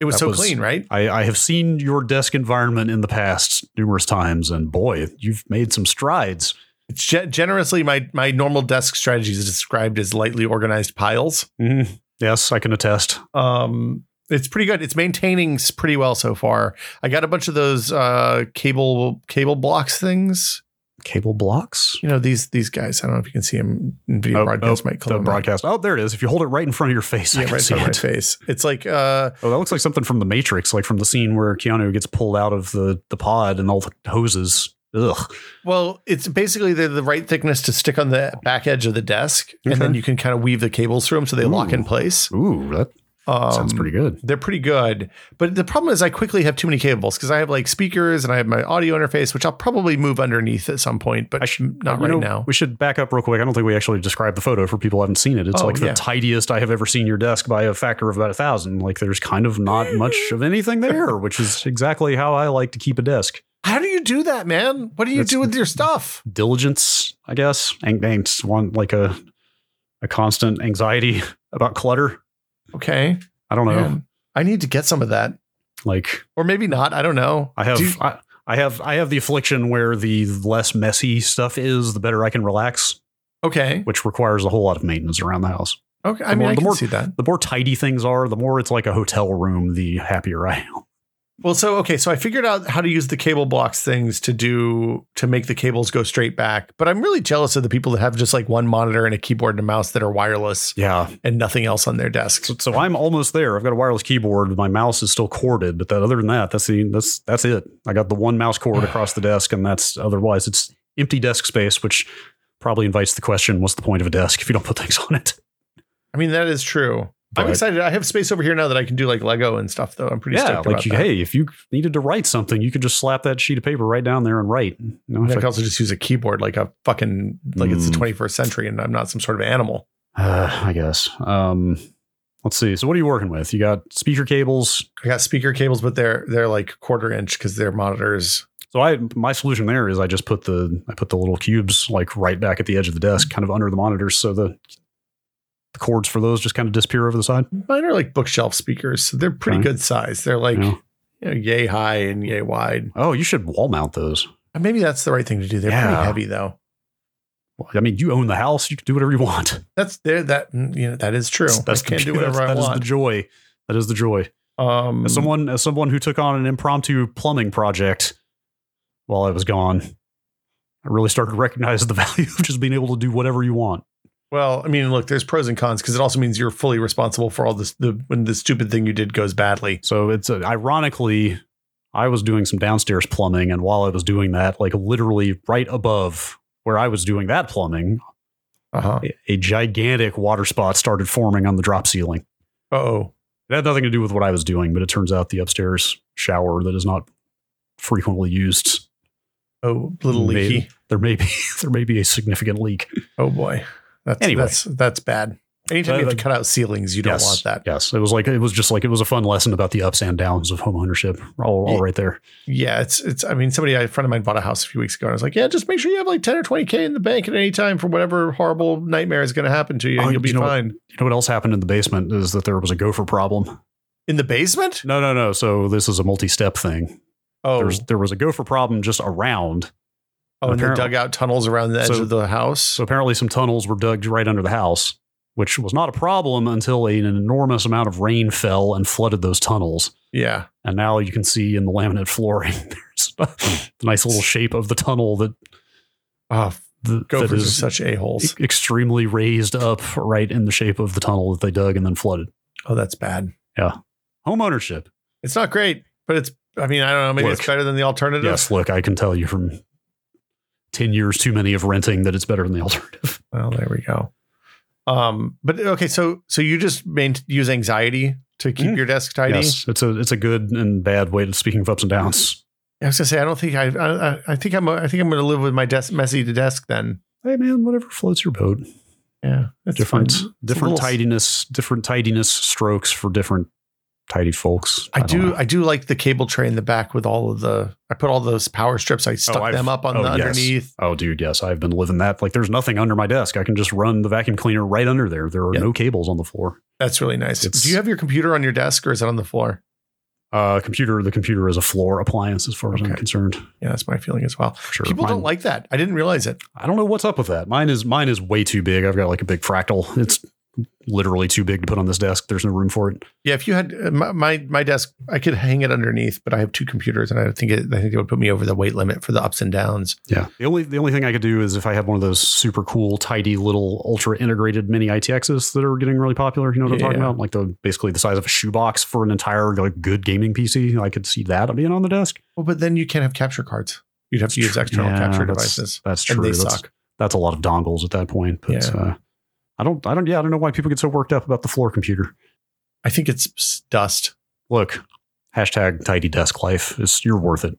[SPEAKER 1] It was
[SPEAKER 2] that
[SPEAKER 1] so
[SPEAKER 2] was-
[SPEAKER 1] clean, right?
[SPEAKER 2] I, I have seen your desk environment in the past numerous times, and boy, you've made some strides.
[SPEAKER 1] Ge- generously, my my normal desk strategy is described as lightly organized piles.
[SPEAKER 2] Mm-hmm. Yes, I can attest.
[SPEAKER 1] um it's pretty good it's maintaining s- pretty well so far i got a bunch of those uh cable cable blocks things
[SPEAKER 2] Cable blocks.
[SPEAKER 1] you know these these guys i don't know if you can see them in video
[SPEAKER 2] Oh,
[SPEAKER 1] broadcast
[SPEAKER 2] oh,
[SPEAKER 1] might call
[SPEAKER 2] The
[SPEAKER 1] them
[SPEAKER 2] broadcast. Oh, there it is. If you hold it right in front of your face,
[SPEAKER 1] out. yeah
[SPEAKER 2] I can
[SPEAKER 1] right
[SPEAKER 2] see
[SPEAKER 1] in front
[SPEAKER 2] it.
[SPEAKER 1] of my face it's like uh
[SPEAKER 2] Oh, that looks like something from The Matrix, like from the scene where Keanu gets pulled out of the the pod and all the hoses Ugh.
[SPEAKER 1] Well, it's basically the, the right thickness to stick on the back edge of the desk, and then
[SPEAKER 2] Okay.
[SPEAKER 1] you can kind of weave the cables through them so they lock in
[SPEAKER 2] Ooh.
[SPEAKER 1] place.
[SPEAKER 2] Ooh, that
[SPEAKER 1] Um,
[SPEAKER 2] sounds pretty good.
[SPEAKER 1] They're pretty good, but the problem is I quickly have too many cables because I have like speakers and I have my audio interface, which I'll probably move underneath at some point, but
[SPEAKER 2] I
[SPEAKER 1] not
[SPEAKER 2] You
[SPEAKER 1] right
[SPEAKER 2] know,
[SPEAKER 1] now.
[SPEAKER 2] We should back up real quick. I don't think we actually described the photo for people who haven't seen it. It's
[SPEAKER 1] Oh,
[SPEAKER 2] like the
[SPEAKER 1] yeah.
[SPEAKER 2] tidiest I have ever seen your desk by a factor of about a thousand. Like there's kind of not much of anything there, which is exactly how I like to keep a desk.
[SPEAKER 1] How do you do that, man? What do you
[SPEAKER 2] That's-
[SPEAKER 1] do with your stuff?
[SPEAKER 2] Diligence, I guess. And angst, one like a a constant anxiety about clutter.
[SPEAKER 1] Okay,
[SPEAKER 2] I don't know.
[SPEAKER 1] man, I need to get some of that,
[SPEAKER 2] Like
[SPEAKER 1] or maybe not. I don't know.
[SPEAKER 2] I have
[SPEAKER 1] Do you-
[SPEAKER 2] I, I have I have the affliction where the less messy stuff is, the better I can relax,
[SPEAKER 1] okay,
[SPEAKER 2] which requires a whole lot of maintenance around the house.
[SPEAKER 1] okay. I
[SPEAKER 2] the
[SPEAKER 1] mean,
[SPEAKER 2] more-
[SPEAKER 1] I
[SPEAKER 2] the
[SPEAKER 1] can
[SPEAKER 2] more-
[SPEAKER 1] see that.
[SPEAKER 2] the more tidy things are, the more it's like a hotel room, the happier I am.
[SPEAKER 1] Well, so okay, so I figured out how to use the cable blocks things to do to make the cables go straight back. But I'm really jealous of the people that have just like one monitor and a keyboard and a mouse that are wireless
[SPEAKER 2] Yeah.
[SPEAKER 1] and nothing else on their desks.
[SPEAKER 2] So, so I'm almost there. I've got a wireless keyboard. My mouse is still corded, but that other than that, that's the that's that's it. I got the one mouse cord across the desk, and that's otherwise it's empty desk space, which probably invites the question: What's the point of a desk if you don't put things on it?
[SPEAKER 1] I mean, that is true. I'm
[SPEAKER 2] But-
[SPEAKER 1] excited. I have space over here now that I can do like Lego and stuff though. I'm pretty
[SPEAKER 2] yeah,
[SPEAKER 1] stoked
[SPEAKER 2] like
[SPEAKER 1] about
[SPEAKER 2] you,
[SPEAKER 1] that.
[SPEAKER 2] hey, if you needed to write something, you could just slap that sheet of paper right down there and write. You know,
[SPEAKER 1] And I
[SPEAKER 2] if I-
[SPEAKER 1] could also just use a keyboard like a fucking like it's the
[SPEAKER 2] Mm.
[SPEAKER 1] 21st century and I'm not some sort of animal.
[SPEAKER 2] uh, I guess. Um, let's see. So what are you working with? You got speaker cables,
[SPEAKER 1] I got speaker cables, but they're they're like quarter inch because they're monitors.
[SPEAKER 2] So I my solution there is I just put the I put the little cubes like right back at the edge of the desk, kind of under the monitors, so the the cords for those just kind of disappear over the side.
[SPEAKER 1] Mine are like bookshelf speakers. So they're pretty
[SPEAKER 2] Okay.
[SPEAKER 1] good size. They're like
[SPEAKER 2] Yeah.
[SPEAKER 1] you know, yay high and yay wide.
[SPEAKER 2] Oh, you should wall mount those.
[SPEAKER 1] And Maybe that's the right thing to do. They're pretty
[SPEAKER 2] Yeah.
[SPEAKER 1] heavy though.
[SPEAKER 2] Well, I mean, you own the house; you can do whatever you want.
[SPEAKER 1] That's there. That mm, you know that is true. I can do whatever
[SPEAKER 2] that's-
[SPEAKER 1] I
[SPEAKER 2] that is
[SPEAKER 1] want.
[SPEAKER 2] the joy. That is the joy.
[SPEAKER 1] um,
[SPEAKER 2] As someone as someone who took on an impromptu plumbing project while I was gone, I really started to recognize the value of just being able to do whatever you want.
[SPEAKER 1] well, I mean, look, there's pros and cons because it also means you're fully responsible for all this. The when the stupid thing you did goes badly.
[SPEAKER 2] So it's uh, ironically, I was doing some downstairs plumbing, and while I was doing that, like literally right above where I was doing that plumbing,
[SPEAKER 1] Uh huh.
[SPEAKER 2] a- a gigantic water spot started forming on the drop ceiling.
[SPEAKER 1] Oh,
[SPEAKER 2] It had nothing to do with what I was doing, but it turns out the upstairs shower that is not frequently used.
[SPEAKER 1] oh, little
[SPEAKER 2] Maybe.
[SPEAKER 1] leaky.
[SPEAKER 2] There may be there may be a significant leak.
[SPEAKER 1] Oh boy. That's
[SPEAKER 2] Anyway.
[SPEAKER 1] that's that's bad. Anytime you have to cut out ceilings, you don't
[SPEAKER 2] Yes.
[SPEAKER 1] want that.
[SPEAKER 2] Yes, it was like it was just like it was a fun lesson about the ups and downs of homeownership. All, all
[SPEAKER 1] Yeah.
[SPEAKER 2] right there.
[SPEAKER 1] Yeah, it's it's. I mean, somebody a friend of mine bought a house a few weeks ago, and I was like, "Yeah, just make sure you have like ten or twenty k in the bank at any time for whatever horrible nightmare is going to happen to you, and
[SPEAKER 2] Oh,
[SPEAKER 1] you'll be
[SPEAKER 2] you know what?
[SPEAKER 1] fine."
[SPEAKER 2] You know what else happened in the basement is that there was a gopher problem.
[SPEAKER 1] In the basement?
[SPEAKER 2] No, no, no. So this is a multi-step thing.
[SPEAKER 1] Oh,
[SPEAKER 2] There was there was a gopher problem just around.
[SPEAKER 1] oh, and they
[SPEAKER 2] apparently-
[SPEAKER 1] dug out tunnels around the edge
[SPEAKER 2] So-
[SPEAKER 1] of the house.
[SPEAKER 2] So apparently some tunnels were dug right under the house, which was not a problem until an enormous amount of rain fell and flooded those tunnels.
[SPEAKER 1] Yeah,
[SPEAKER 2] And now you can see in the laminate flooring there's the nice little shape of the tunnel that
[SPEAKER 1] oh,
[SPEAKER 2] the, that
[SPEAKER 1] gophers are
[SPEAKER 2] is
[SPEAKER 1] such a holes.
[SPEAKER 2] extremely raised up right in the shape of the tunnel that they dug and then flooded.
[SPEAKER 1] Oh, that's bad.
[SPEAKER 2] Home ownership.
[SPEAKER 1] It's not great, but it's. I mean, I don't know. Maybe it's
[SPEAKER 2] Look.
[SPEAKER 1] better than the alternative.
[SPEAKER 2] Yes, look, I can tell you from 10 years too many of renting that it's better than the alternative.
[SPEAKER 1] Well, there we go. Um, but okay, so so you just main, use anxiety to keep
[SPEAKER 2] Mm.
[SPEAKER 1] your desk tidy.
[SPEAKER 2] Yes, it's a it's a good and bad way to speaking of ups and downs.
[SPEAKER 1] I was gonna say I don't think I I, I- I think I'm I think I'm gonna live with my desk messy to desk then.
[SPEAKER 2] Hey man, whatever floats your boat.
[SPEAKER 1] Yeah, that's
[SPEAKER 2] different
[SPEAKER 1] fine.
[SPEAKER 2] different
[SPEAKER 1] little-
[SPEAKER 2] tidiness, different tidiness strokes for different tidy folks.
[SPEAKER 1] I,
[SPEAKER 2] don't
[SPEAKER 1] do
[SPEAKER 2] know.
[SPEAKER 1] I do like the cable tray in the back with all of the I put all those power strips I stuck
[SPEAKER 2] I've-
[SPEAKER 1] them up on
[SPEAKER 2] oh,
[SPEAKER 1] the
[SPEAKER 2] yes.
[SPEAKER 1] underneath.
[SPEAKER 2] Oh, dude, yes, I've been living that. Like, there's nothing under my desk. I can just run the vacuum cleaner right under there. There are
[SPEAKER 1] Yeah.
[SPEAKER 2] no cables on the floor.
[SPEAKER 1] That's really nice.
[SPEAKER 2] It's-
[SPEAKER 1] do you have your computer on your desk or is it on the floor?
[SPEAKER 2] Uh, computer, the computer is a floor appliance as far as
[SPEAKER 1] Okay.
[SPEAKER 2] I'm concerned.
[SPEAKER 1] Yeah, that's my feeling as well.
[SPEAKER 2] For sure,
[SPEAKER 1] People
[SPEAKER 2] Mine-
[SPEAKER 1] don't like that. I didn't realize it.
[SPEAKER 2] I don't know what's up with that. Mine is mine is way too big. I've got like a big fractal. It's literally too big to put on this desk. There's no room for it.
[SPEAKER 1] Yeah, if you had uh, my, my my desk, I could hang it underneath, but I have two computers, and I think it, I think it would put me over the weight limit for the ups and downs.
[SPEAKER 2] Yeah. The only the only thing I could do is if I had one of those super cool, tidy little ultra integrated mini ITXs that are getting really popular. You know what I'm talking
[SPEAKER 1] Yeah.
[SPEAKER 2] about? Like the basically the size of a shoebox for an entire like good gaming PC. I could see that being on the desk.
[SPEAKER 1] Well, but then you can't have capture cards. You'd have to use external
[SPEAKER 2] Yeah,
[SPEAKER 1] capture
[SPEAKER 2] that's-
[SPEAKER 1] devices,
[SPEAKER 2] That's
[SPEAKER 1] and
[SPEAKER 2] true.
[SPEAKER 1] they
[SPEAKER 2] That's,
[SPEAKER 1] suck.
[SPEAKER 2] that's a lot of dongles at that point. But
[SPEAKER 1] Yeah.
[SPEAKER 2] uh, I don't, I don't, yeah, I don't know why people get so worked up about the floor computer.
[SPEAKER 1] I think it's s- dust.
[SPEAKER 2] Look, hashtag tidy desk life is you're worth it.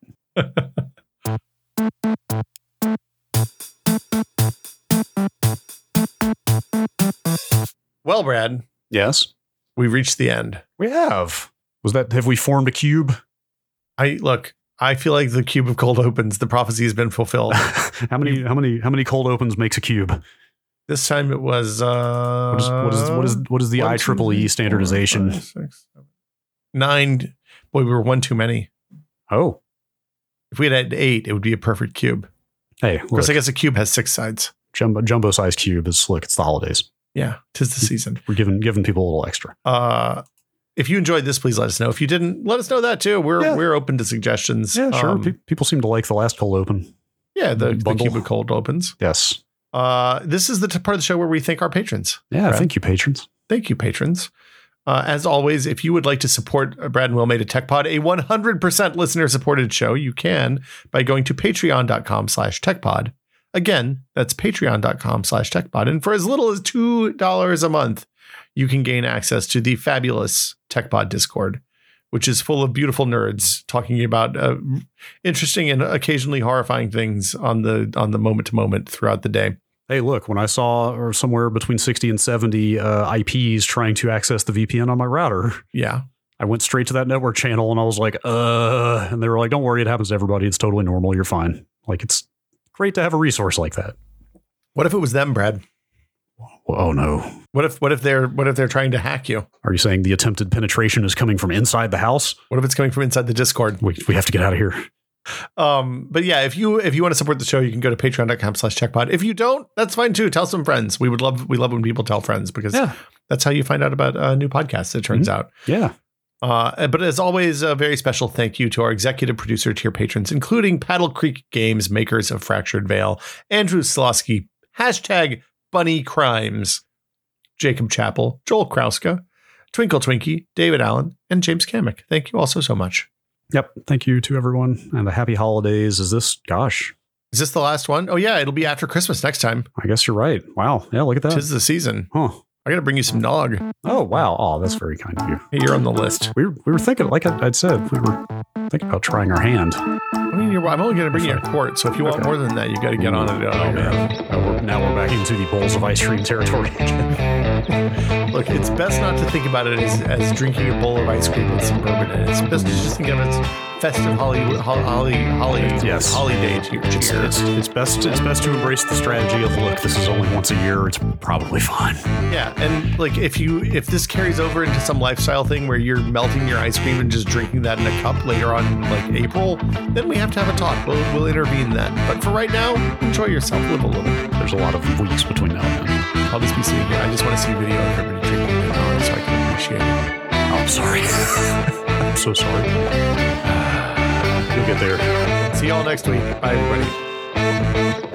[SPEAKER 1] Well, Brad,
[SPEAKER 2] Yes,
[SPEAKER 1] we reached the end.
[SPEAKER 2] we have. Was that have we formed a cube?
[SPEAKER 1] I look. I feel like the cube of cold opens. The prophecy has been fulfilled.
[SPEAKER 2] how many, how many, how many cold opens makes a cube?
[SPEAKER 1] this time it was. Uh,
[SPEAKER 2] What is what is what is what is the
[SPEAKER 1] one,
[SPEAKER 2] I
[SPEAKER 1] two,
[SPEAKER 2] triple
[SPEAKER 1] three,
[SPEAKER 2] E
[SPEAKER 1] four,
[SPEAKER 2] standardization?
[SPEAKER 1] five, six, seven, Nine. Boy, we were one too many.
[SPEAKER 2] Oh,
[SPEAKER 1] If we had had eight, it would be a perfect cube.
[SPEAKER 2] hey,
[SPEAKER 1] Of course, I
[SPEAKER 2] look,
[SPEAKER 1] guess a cube has six sides.
[SPEAKER 2] jumbo jumbo size cube is slick. It's the holidays.
[SPEAKER 1] Yeah, tis the season.
[SPEAKER 2] We're giving giving people a little extra.
[SPEAKER 1] Uh, if you enjoyed this, please let us know. If you didn't, let us know that too. We're
[SPEAKER 2] Yeah.
[SPEAKER 1] we're open to suggestions.
[SPEAKER 2] Yeah, sure.
[SPEAKER 1] Um,
[SPEAKER 2] Pe- people seem to like the last cold open.
[SPEAKER 1] yeah, the, the
[SPEAKER 2] Bundle.
[SPEAKER 1] cube of cold opens.
[SPEAKER 2] Yes.
[SPEAKER 1] Uh, this is the t- part of the show where we thank our patrons.
[SPEAKER 2] Yeah.
[SPEAKER 1] Brad?
[SPEAKER 2] Thank you, patrons.
[SPEAKER 1] Thank you, patrons. Uh, as always, if you would like to support Brad and Will Made a Tech Pod, a 100% listener-supported show, you can by going to patreon.com slash techpod. Again, that's patreon.com slash techpod. And for as little as $2 a month, you can gain access to the fabulous TechPod Discord, which is full of beautiful nerds talking about uh, interesting and occasionally horrifying things on the on the moment to moment throughout the day.
[SPEAKER 2] Hey, look, when I saw or somewhere between 60 and 70 uh, IPs trying to access the VPN on my router,
[SPEAKER 1] Yeah.
[SPEAKER 2] I went straight to that network channel and I was like, uh, and they were like, don't worry, it happens to everybody. It's totally normal. You're fine. Like, it's great to have a resource like that.
[SPEAKER 1] What if it was them, Brad?
[SPEAKER 2] Well, oh, no.
[SPEAKER 1] What if what if they're what if they're trying to hack you?
[SPEAKER 2] Are you saying the attempted penetration is coming from inside the house?
[SPEAKER 1] What if it's coming from inside the Discord?
[SPEAKER 2] We, we have to get out of here.
[SPEAKER 1] Um, but yeah, if you if you want to support the show, you can go to patreon.com slash checkpod. If you don't, that's fine too. Tell some friends. We would love we love when people tell friends because
[SPEAKER 2] Yeah.
[SPEAKER 1] that's how you find out about uh, new podcasts, it turns out.
[SPEAKER 2] Yeah.
[SPEAKER 1] Uh, but as always, a very special thank you to our executive producer tier patrons, including Paddle Creek Games, makers of Fractured Veil, Andrew Slosky, hashtag Bunny Crimes, Jacob Chappell, Joel Krauska, Twinkle Twinkie, David Allen, and James Kamick. Thank you also so much.
[SPEAKER 2] Yep. Thank you to everyone and the happy holidays. Is this, gosh,
[SPEAKER 1] Is this the last one? Oh yeah, it'll be after Christmas next time.
[SPEAKER 2] I guess you're right. Wow. Yeah. Look at that.
[SPEAKER 1] Tis the season.
[SPEAKER 2] Huh.
[SPEAKER 1] I gotta bring you some nog.
[SPEAKER 2] Oh, wow. Oh, that's very kind of you.
[SPEAKER 1] Hey, you're on the list.
[SPEAKER 2] We were, we were thinking, like I- I'd said, we were thinking about trying our hand.
[SPEAKER 1] I mean, you're, I'm only gonna bring you a quart, so if you want
[SPEAKER 2] Okay.
[SPEAKER 1] more than that, you gotta get on it. Oh man,
[SPEAKER 2] Now we're, now we're back into the bowls of ice cream territory.
[SPEAKER 1] look, it's best not to think about it as, as drinking a bowl of ice cream with some bourbon in it. It's best to just think of it as festive holly holly holly, holly
[SPEAKER 2] Yes.
[SPEAKER 1] holiday to your
[SPEAKER 2] it's,
[SPEAKER 1] cheer.
[SPEAKER 2] it's, it's best it's best to embrace the strategy of look, this is only once a year. It's probably fine.
[SPEAKER 1] Yeah, and like if you if this carries over into some lifestyle thing where you're melting your ice cream and just drinking that in a cup later on in like April, then we have to have a talk. We'll, we'll intervene then. But for right now, enjoy yourself, live a little.
[SPEAKER 2] There's a lot of weeks between now and then.
[SPEAKER 1] I'll just be sitting here. I just want to see a video of everybody drinking their own so I can appreciate it.
[SPEAKER 2] Oh, I'm sorry. I'm so sorry. You'll get there.
[SPEAKER 1] See y'all next week. Bye, everybody.